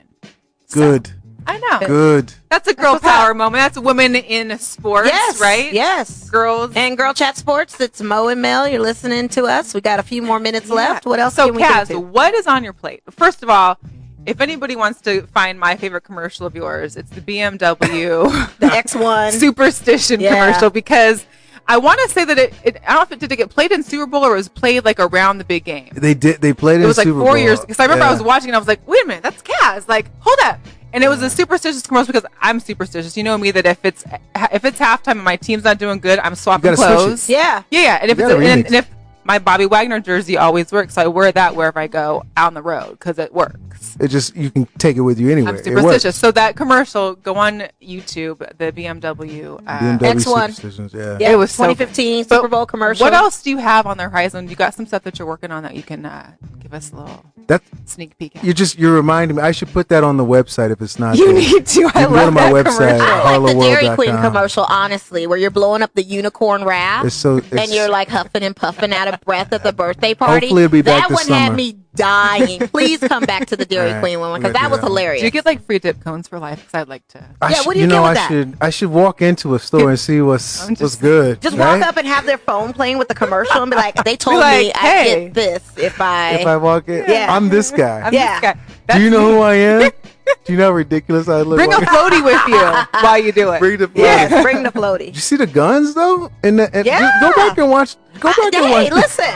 E: good.
D: I know.
E: Good.
D: That's a girl power moment. That's women in sports,
C: Yes,
D: right?
C: Yes.
D: Girls.
C: And Girl Chat Sports, it's Mo and Mel. You're listening to us. We got a few more minutes left.
D: Yeah.
C: What else
D: So,
C: can we get
D: Kaz,
C: to?
D: what is on your plate? First of all, if anybody wants to find my favorite commercial of yours, it's the BMW
C: The X1.
D: superstition
C: Yeah.
D: commercial because I want to say that it, it, I don't know if it did it get played in Super Bowl or it was played like around the big game.
E: They did. They played in
D: it was like
E: Super
D: four
E: Bowl.
D: years because I remember I
E: Yeah.
D: was watching and I was like, wait a minute, that's Kaz. Like, hold up. And it was a superstitious commercial because I'm superstitious. You know me that if it's if it's halftime and my team's not doing good, I'm swapping
E: gotta switch it.
D: clothes.
C: Yeah.
D: yeah, yeah. And if
E: You
D: it's
E: gotta
D: and,
E: remix.
D: and if my Bobby Wagner jersey always works, so I wear that wherever I go on the road because it works.
E: It just you can take it with you anywhere.
D: I'm
E: It works.
D: superstitious. So that commercial, go on YouTube, the BMW. Uh,
E: BMW
C: X1.
E: superstitions, Yeah.
C: Yeah,
D: It was so-
C: 2015
D: but
C: Super Bowl commercial.
D: What else do you have on the horizon? You got some stuff that you're working on that you can uh, give us a little
E: That
D: sneak peek at.
E: you just you're reminding me. I should put that on the website if it's not.
D: You
E: there.
D: need to. I
E: You can
D: love
E: go to my
D: that
E: website.
D: commercial.
C: I like the Dairy Queen
E: HarlemWorld.com.
C: commercial, honestly, where you're blowing up the unicorn raft.
E: It's so. It's,
C: and you're like huffing and puffing out of breath at the birthday party.
E: Hopefully it'll be
C: that
E: back this
C: one had
E: summer.
C: me dying. Please come back to the Dairy
E: Alright,
C: Queen one
E: we
C: because
E: gotta
C: that
E: do
C: was
E: that one.
C: hilarious.
D: Do you get like free dip cones for life? Because I'd like to.
E: I
C: Yeah,
E: should-
C: what do you
E: know,
C: do with
E: I
C: that?
E: should I should walk into a store and see what's
D: I'm just
E: what's good.
C: just
E: right?
C: walk up and have their phone playing with the commercial and be like, "They told me
D: like, "Hey."
C: I get this if I."
E: If I walk in,
C: Yeah.
E: I'm this guy.
D: I'm
C: Yeah.
D: This guy.
E: do
D: That's-
E: you know who I am? do you know how ridiculous I look?
D: Bring a
E: walking-
D: floaty with you while you do it.
E: Bring the
C: yes,
E: floaty.
C: bring the
E: Did you
C: floaty.
E: see the guns though? And, the, and
C: Yeah.
E: go back and watch. Go
C: I,
E: back and watch.
C: hey, listen.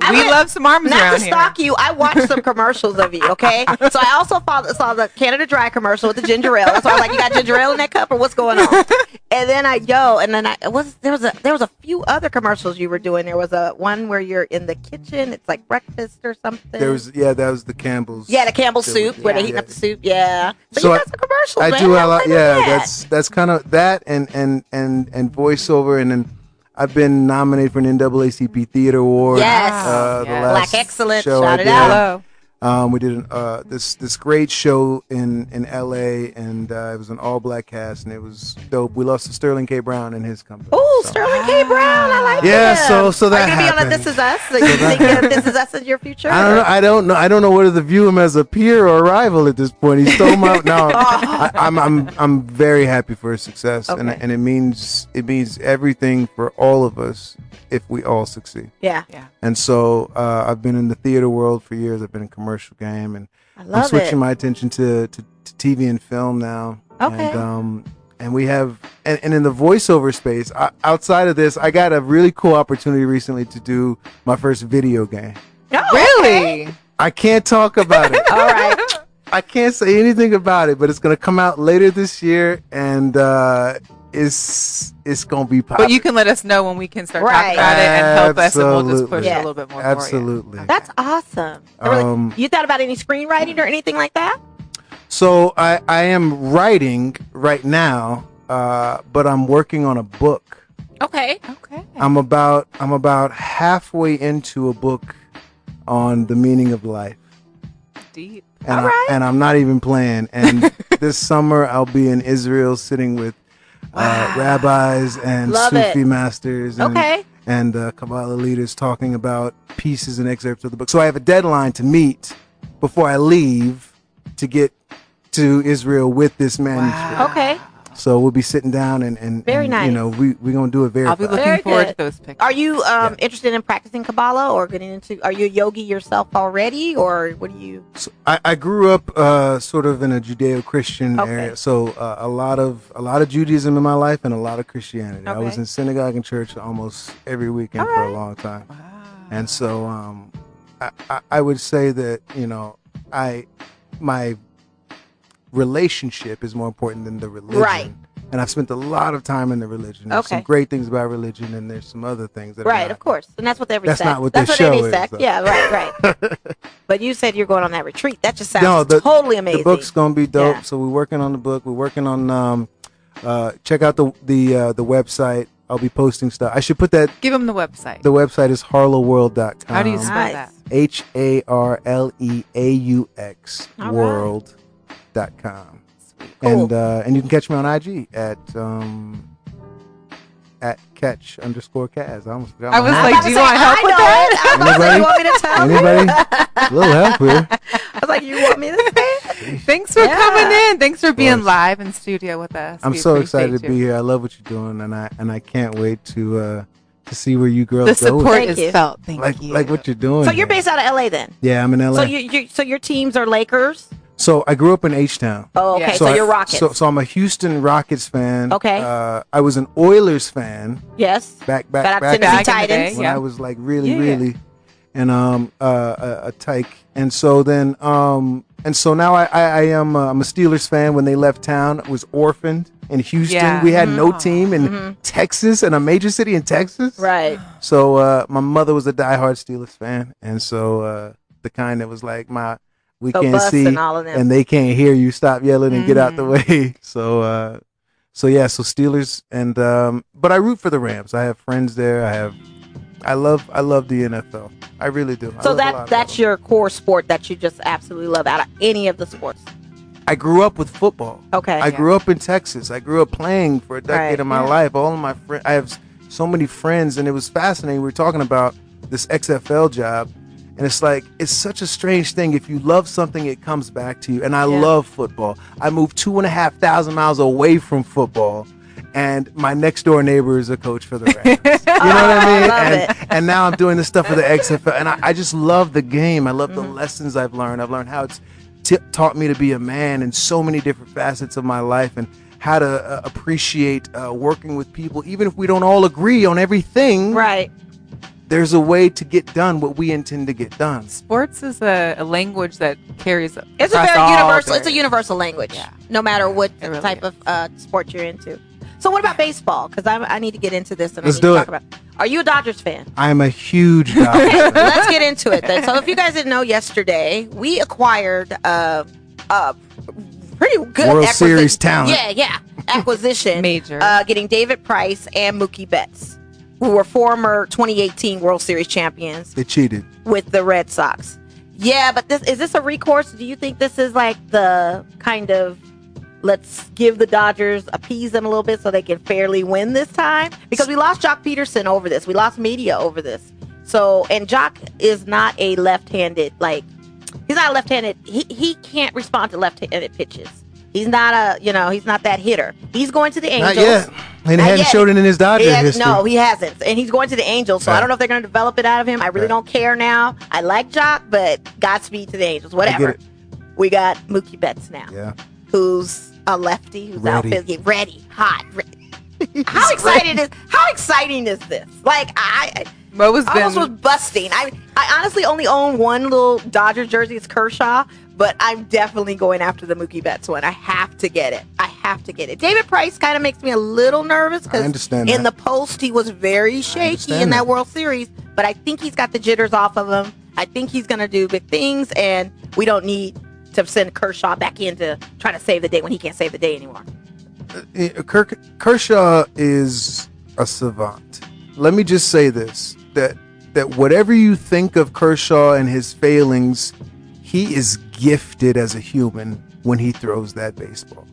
C: I
D: we
C: went-
D: love some arms
C: Not
D: around
C: to stalk you, I watched some commercials of you, okay? So I also saw, saw the Canada Dry commercial with the ginger ale. So I was like, "You got ginger ale in that cup, or what's going on?" And then I yo, and then I it was there was a there was a few other commercials you were doing. There was a one where you're in the kitchen. It's like breakfast or something.
E: There was yeah, that was the Campbell's.
C: yeah, the Campbell's
E: There was-
C: soup where they're
E: yeah,
C: heating
E: yeah.
C: up the soup. Yeah, so,
E: So
C: you
E: I-
C: got some commercials.
E: I
C: man.
E: do a
C: How
E: lot.
C: fun is
E: Yeah,
C: that?
E: that's that's kind of that and and and and voiceover and then I've been nominated for an NAACP Theater Award.
C: Yes.
E: uh, the
D: Yes.
E: last
C: Black excellence,
E: Show
C: shout
E: I
C: it
E: did.
C: out.
D: Hello.
E: Um, we did an, uh, this this great show in in L.A. and uh, it was an all black cast and it was dope. We lost to Sterling K. Brown and his company.
C: Oh,
E: so.
C: Sterling K. Brown, I like
E: Yeah,
C: him.
E: so- so
C: Are
E: that
C: you gonna be on a
E: happened.
C: This Is Us? So you think that This Is Us is your future?
E: I don't know. I don't know. I don't know whether to view him as a peer or a rival at this point. He stole my. No, I, I'm I'm I'm very happy for his success, and
D: Okay.
E: and it means it means everything for all of us if we all succeed.
C: Yeah,
E: And so uh, I've been in the theater world for years. I've been in commercial game, and
C: I
E: I'm
C: love
E: switching
C: it.
E: my attention to, to to TV and film now.
C: Okay.
E: And, um, and we have and, and in the voiceover space I, outside of this i got a really cool opportunity recently to do my first video game
C: Oh, okay.
D: Really?
E: i can't talk about it
C: All right.
E: I can't say anything about it, but it's gonna come out later this year, and uh, it's it's gonna be popular.
D: But you can let us know when we can start
C: Right.
D: talking about it and help us, and we'll just push
E: Absolutely.
D: a little bit more. for you.
E: Absolutely.
C: That's awesome. I really-
E: Um,
C: you thought about any screenwriting or anything like that?
E: so I I am writing right now, uh, but I'm working on a book.
C: Okay.
D: Okay.
E: I'm about I'm about halfway into a book on the meaning of life.
D: Deep.
E: and, I, and I'm not even playing. And this summer, I'll be in Israel sitting with uh, rabbis and
C: Love
E: Sufi
C: it.
E: masters and,
C: Okay.
E: and uh, Kabbalah leaders talking about pieces and excerpts of the book. So I have a deadline to meet before I leave to get to Israel with this manuscript.
C: Okay.
E: So we'll be sitting down and, and
C: Very
E: and,
C: nice.
E: You know, we we're gonna do it very.
D: I'll be looking
C: Very
D: forward
C: good.
D: to those pictures.
C: Are you um, interested in practicing Kabbalah or getting into? Are you a yogi yourself already, or what do you?
E: So I, I grew up uh, sort of in a Judeo-Christian
C: Okay.
E: area, so uh, a lot of a lot of Judaism in my life and a lot of Christianity. I was
C: Okay.
E: in synagogue and church almost every weekend for a long time, and so um, I, I, I would say that you know I my relationship is more important than the religion.
C: Right.
E: And I've spent a lot of time in the religion. There's some
C: Okay.
E: great things about religion, and there's some other things that are
C: Right,
E: not.
C: of course, and that's what every
E: That's
C: sect.
E: not what
C: that's
E: this
C: what any
E: show is,
C: sect.
E: though.
C: Yeah, right, right. but you said you're going on that retreat. That just sounds
E: the-
C: totally amazing.
E: The book's gonna be dope.
C: Yeah.
E: So we're working on the book. We're working on um, uh, check out the the uh, the website. I'll be posting stuff. I should put that.
D: Give them the website.
E: The website is harlowworld.com.
D: How do you spell
C: Nice.
D: that?
E: H A R L E A U X
C: All right.
E: world dot com.
C: Cool.
E: And uh, and you can catch me on IG at um, at catch underscore Kaz. I almost forgot.
D: I
E: my
D: was
E: name.
D: like, do you want help with that?
C: I was like, you want me to tell? you?
E: anybody a little help here.
C: I was like, you want me to say? it?
D: Thanks for
C: Yeah.
D: coming in. Thanks for being
E: course.
D: live in studio with us.
E: I'm
D: We
E: so
D: appreciate
E: excited to
D: you.
E: be here. I love what you're doing, and I and I can't wait to uh, to see where you girls
D: The
E: go. with
D: support
C: Thank
D: is
C: you.
D: felt.
E: it.
D: Thank
E: like
D: you.
E: like what you're doing.
C: So you're
E: here.
C: based out of LA then?
E: Yeah, I'm in LA.
C: So
E: So,
C: you, you so your teams are Lakers.
E: I grew up in H Town.
C: Oh, okay.
D: Yeah.
C: So,
E: I-
C: you're Rockets.
E: So, so I'm a Houston Rockets fan.
C: Okay.
E: Uh, I was an Oilers fan
C: yes.
E: back back
C: Shout out Tennessee
E: back,
D: Back in the day,
C: Titans.
E: when
D: yeah.
E: I was like really
D: Yeah, yeah.
E: really, and um uh, a, a tyke. And so then um And so now I, I, I am uh, I'm a Steelers fan. When they left town, I was orphaned in Houston.
D: Yeah. Mm-hmm.
E: We had no team in Texas, in a major city in Texas.
C: Right.
E: So uh, my mother was a diehard Steelers fan, and so uh, the kind that was like my we
C: So
E: can't
C: Bus
E: see
C: and all of them.
E: and they can't hear you. Stop yelling and get out the
C: Mm-hmm.
E: way. So uh, so yeah, so Steelers and um, but I root for the Rams. I have friends there. I have I love I love the NFL. I really do. I love
C: so
E: a lot
C: that
E: of
C: that's
E: them.
C: your core sport that you just absolutely love out of any of the sports.
E: I grew up with football.
C: Okay.
E: I grew up in Texas. I grew up playing for a decade
C: Right,
E: of my
C: yeah.
E: life. All of my friends, I have s- so many friends, and it was fascinating. We were talking about this XFL job, and it's like it's such a strange thing. If you love something, it comes back to you. And I love football. I moved two and a half thousand miles away from football, and my next door neighbor is a coach for the Rams. you know what I mean?
C: love
E: and,
C: it.
E: and now I'm doing this stuff for the XFL, and I, I just love the game. I love the
C: Mm-hmm.
E: lessons I've learned. I've learned how it's t- taught me to be a man in so many different facets of my life, and how to uh, appreciate uh, working with people, even if we don't all agree on everything.
C: Right.
E: There's a way to get done what we intend to get done.
D: Sports is a, a language that carries.
C: It's a
D: across
C: very
D: all
C: universal. It's a
D: areas.
C: universal language. No matter what
D: it really
C: type
D: is.
C: of uh, sport you're into. So what about baseball? Because I need to get into this and I
E: Let's
C: need
E: do
C: to talk
E: it.
C: about. Are you a Dodgers fan?
E: I'm a huge guy.
C: Let's get into it then. So if you guys didn't know, yesterday we acquired uh, a pretty good
E: World
C: acquisi-
E: Series talent.
C: Yeah, yeah, acquisition
D: Major.
C: Uh, getting David Price and Mookie Betts, who were former 2018 World Series champions
E: they cheated.
C: with the Red Sox. Yeah, but this is this a recourse? Do you think this is like the kind of let's give the Dodgers appease them a little bit so they can fairly win this time? Because we lost Jock Peterson over this. We lost media over this. So and Jock is not a left-handed like he's not left-handed. He he can't respond to left-handed pitches. He's not a you know he's not that hitter. He's going to the Angels.
E: Not yet. And
C: Not
E: he hadn't
C: yet.
E: showed it in his Dodger
C: He has-
E: history.
C: No, he hasn't. And he's going to the Angels, so I
E: Right.
C: don't know if they're going to develop it out of him. I really
E: Right.
C: don't care now. I like Jock, but Godspeed to the Angels.
E: get
C: Whatever.
E: it.
C: We got Mookie Betts now,
E: yeah.
C: who's a lefty, who's out
E: Ready.
C: there get ready, hot. Ready. How excited is how exciting is this? Like I,
D: Mo has
C: I almost was
D: been
C: busting. I I honestly only own one little Dodger jersey. It's Kershaw, but I'm definitely going after the Mookie Betts one. I have to get it. I have to get it. David Price kind of makes me a little nervous
E: I understand
C: in the
E: that.
C: post he was very shaky
E: understand
C: in that
E: that.
C: World Series, but I think he's got the jitters off of him. I think he's going to do big things, and we don't need to send Kershaw back in to try to save the day when he can't save the day anymore.
E: Eh, Kirk, Kershaw is a savant. Let me just say this: that that whatever you think of Kershaw and his failings, he is gifted as a human when he throws that baseball.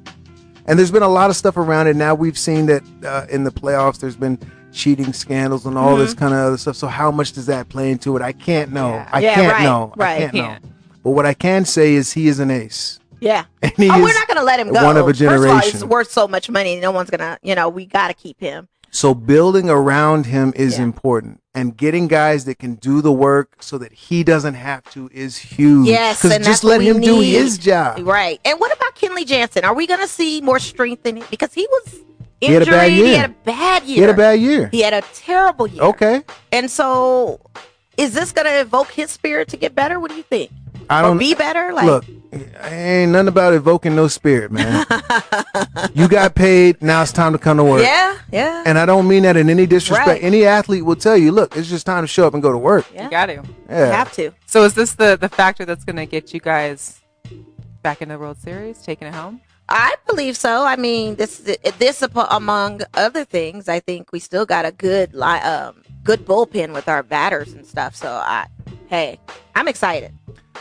E: And there's been a lot of stuff around it. Now we've seen that uh, in the playoffs, there's been cheating scandals and all this kind of other stuff. So how much does that play into it? I can't know. I
C: Mm-hmm. Yeah,
E: can't
C: right,
E: know.
C: right.
E: I can't
D: Can't.
E: know. But what I can say is he is an ace.
C: Yeah.
E: And he
C: oh, we're
E: is
C: not going to let him go.
E: One of a
C: First of all,
E: generation.
C: he's worth so much money. No one's going to, you know, we got to keep him.
E: So building around him is
C: Yeah.
E: important, and getting guys that can do the work so that he doesn't have to is huge.
C: Yes, and
E: because
C: that's
E: Mm. just
C: what
E: let
C: we
E: him do
C: need.
E: his job.
C: Right. And what about Kenley Jansen? Are we going to see more strength in it? Because he was injured.
E: had a bad
C: He
E: year.
C: had a bad year.
E: He had a bad year.
C: He had a terrible year.
E: Okay,
C: And so is this going to evoke his spirit to get better? What do you think?
E: I
C: Or
E: don't
C: be better? Like,
E: look. Ain't nothing about evoking no spirit, man. you got paid. Now it's time to come to work.
C: yeah, yeah.
E: And I don't mean that in any disrespect.
C: Right.
E: Any athlete will tell you, look, it's just time to show up and go to work.
C: Yeah.
D: You got to.
E: Yeah.
C: You have to.
D: So is this the the factor that's going to get you guys back in the World Series, taking it home?
C: I believe so. I mean, this this apo- among other things, I think we still got a good li- um good bullpen with our batters and stuff. So I, hey, I'm excited.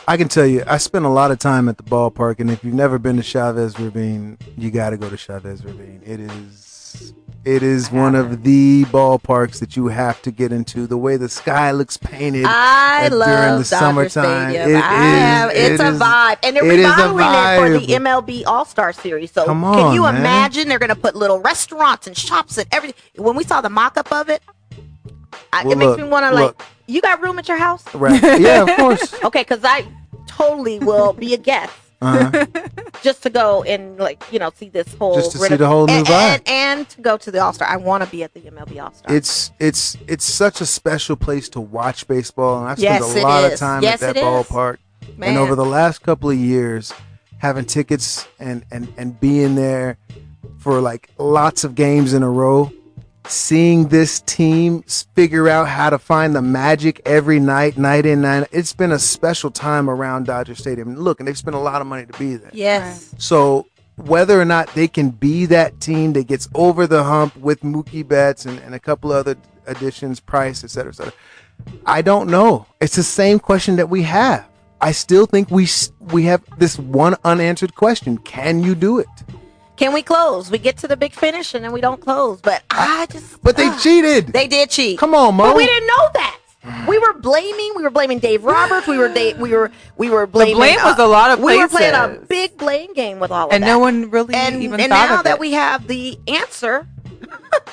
E: I can tell you, I spent a lot of time at the ballpark, and if you've never been to Chavez Ravine, you got to go to Chavez Ravine. It is, it is one of the ballparks that you have to get into. The way the sky looks painted
C: I
E: uh, during
C: love
E: the
C: Dodger
E: summertime,
C: Stadium.
E: It
C: I have,
E: is-
C: it's
E: it
C: a
E: is-
C: vibe, and they're
E: it is a
C: remodeling it for the
E: vibe.
C: MLB All Star Series. So
E: Come
C: can
E: on,
C: you
E: man.
C: imagine? They're going to put little restaurants and shops and everything. When we saw the mock up of it, I,
E: Well,
C: it makes
E: look,
C: me want to like.
E: look.
C: You got room at your house?
E: Right? Yeah, of course.
C: Okay, because I totally will be a guest
E: Uh-huh.
C: just to go and like you know see this whole
E: Just to see
C: renov-
E: the whole new
C: and,
E: vibe.
C: and, and to go to the All Star. I want to be at the MLB All Star.
E: It's it's it's such a special place to watch baseball, and I've
C: Yes,
E: spent
C: it
E: a lot
C: is.
E: of time
C: Yes,
E: at
C: it
E: that
C: is.
E: ballpark.
C: Man.
E: And over the last couple of years, having tickets and, and, and being there for like lots of games in a row, seeing this team s- figure out how to find the magic every night, night in, night out, it's been a special time around Dodger Stadium. Look, and they've spent a lot of money to be there.
C: Yes.
E: So whether or not they can be that team that gets over the hump with Mookie Betts and, and a couple other additions, Price, et cetera, et cetera, I don't know. It's the same question that we have. I still think we s- we have this one unanswered question: Can you do it?
C: Can we close? We get to the big finish and then we don't close. But I just.
E: But they
C: ah.
E: cheated.
C: They did cheat.
E: Come on, Mo.
C: But we didn't know that. We were blaming. We were blaming Dave Roberts. We were. Da- we were. We were blaming. uh,
D: blame was a lot of
C: We were playing a
D: places.
C: big blame game with all of
D: And
C: that.
D: no one really
C: And,
D: even
C: and
D: thought
C: now
D: of
C: that
D: it.
C: we have the answer,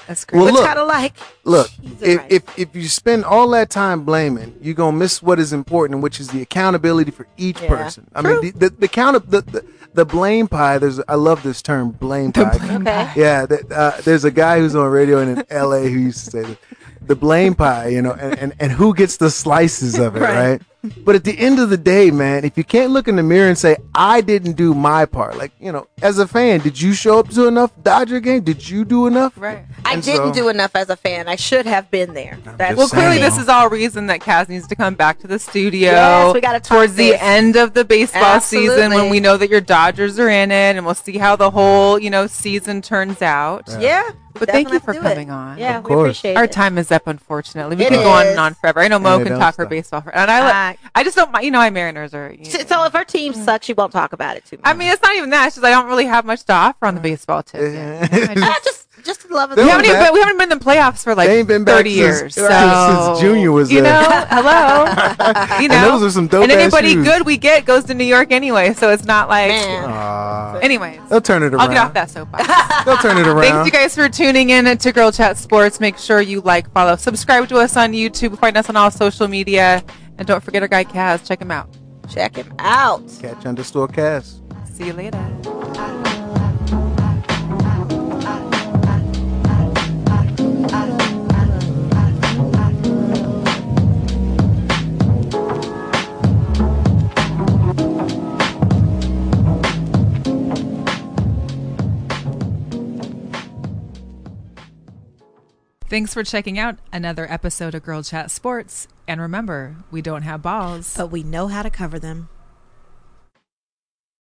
D: That's
E: Well,
D: great.
C: it's
E: look.
C: kind of like
E: Look,
C: Jesus
E: if,
C: Christ.
E: if if you spend all that time blaming, you're gonna miss what is important, which is the accountability for each
C: Yeah.
E: person. I
C: True.
E: mean, the the, the count the, the the blame pie. There's I love this term, blame pie.
C: okay,
E: Yeah, th- uh, there's a guy who's on radio in LA who used to say this, the blame pie, you know, and, and, and who gets the slices of it, right. But at the end of the day, man, if you can't look in the mirror and say, I didn't do my part, like, you know, as a fan, did you show up to enough Dodger game? Did you do enough?
D: Right.
C: I
E: And
C: didn't
E: so-
C: do enough as a fan. I should have been there. That's
E: just
D: Well,
E: saying.
D: clearly, this is all reason that Kaz needs to come back to the studio.
C: Yes, we gotta talk
D: towards
C: this.
D: the end of the baseball season
C: Absolutely.
D: when we know that your Dodgers are in it, and we'll see how the whole you know season turns out.
C: yeah. we
D: But thank you
C: definitely
D: for
C: do it.
D: coming on.
C: Yeah,
E: Of
C: we
E: course.
C: appreciate
D: Our
C: it.
D: time is up, unfortunately. We
C: It
D: can go on
C: is.
D: and on forever. I know Mo
E: And it
D: can
E: don't
D: talk her
E: stop.
D: baseball, for, and I,
C: Uh,
D: li- I just don't. mi- You know, I Mariners are. you
C: So,
D: know.
C: so if our team sucks, you won't talk about it too much.
D: Mm. I mean, it's not even that. It's just I don't really have much to offer on the baseball tip. yet. I just-
C: Ah, just just the love of
E: They
D: we
E: were
C: the
D: haven't, even
E: back-
D: been, we haven't been in the playoffs for like
E: They ain't been back
D: 30
E: since-
D: years.
E: since-
D: so-
E: since Junior was
D: You
E: there.
D: know, hello. you
E: And
D: know,
E: those are some dope-ass
D: And anybody
E: shoes.
D: good we get goes to New York anyway, so it's not like.
C: man.
E: Uh,
D: Anyways,
E: they'll turn it around.
D: I'll get off that soapbox.
E: They'll turn it around.
D: Thanks you guys for tuning in to Girl Chat Sports. Make sure you like, follow, subscribe to us on YouTube, find us on all social media, and don't forget our guy Kaz. Check him out.
C: Check him out.
E: Catch underscore cast.
D: See you later. Thanks for checking out another episode of Girl Chat Sports. And remember, we don't have balls.
I: But we know how to cover them.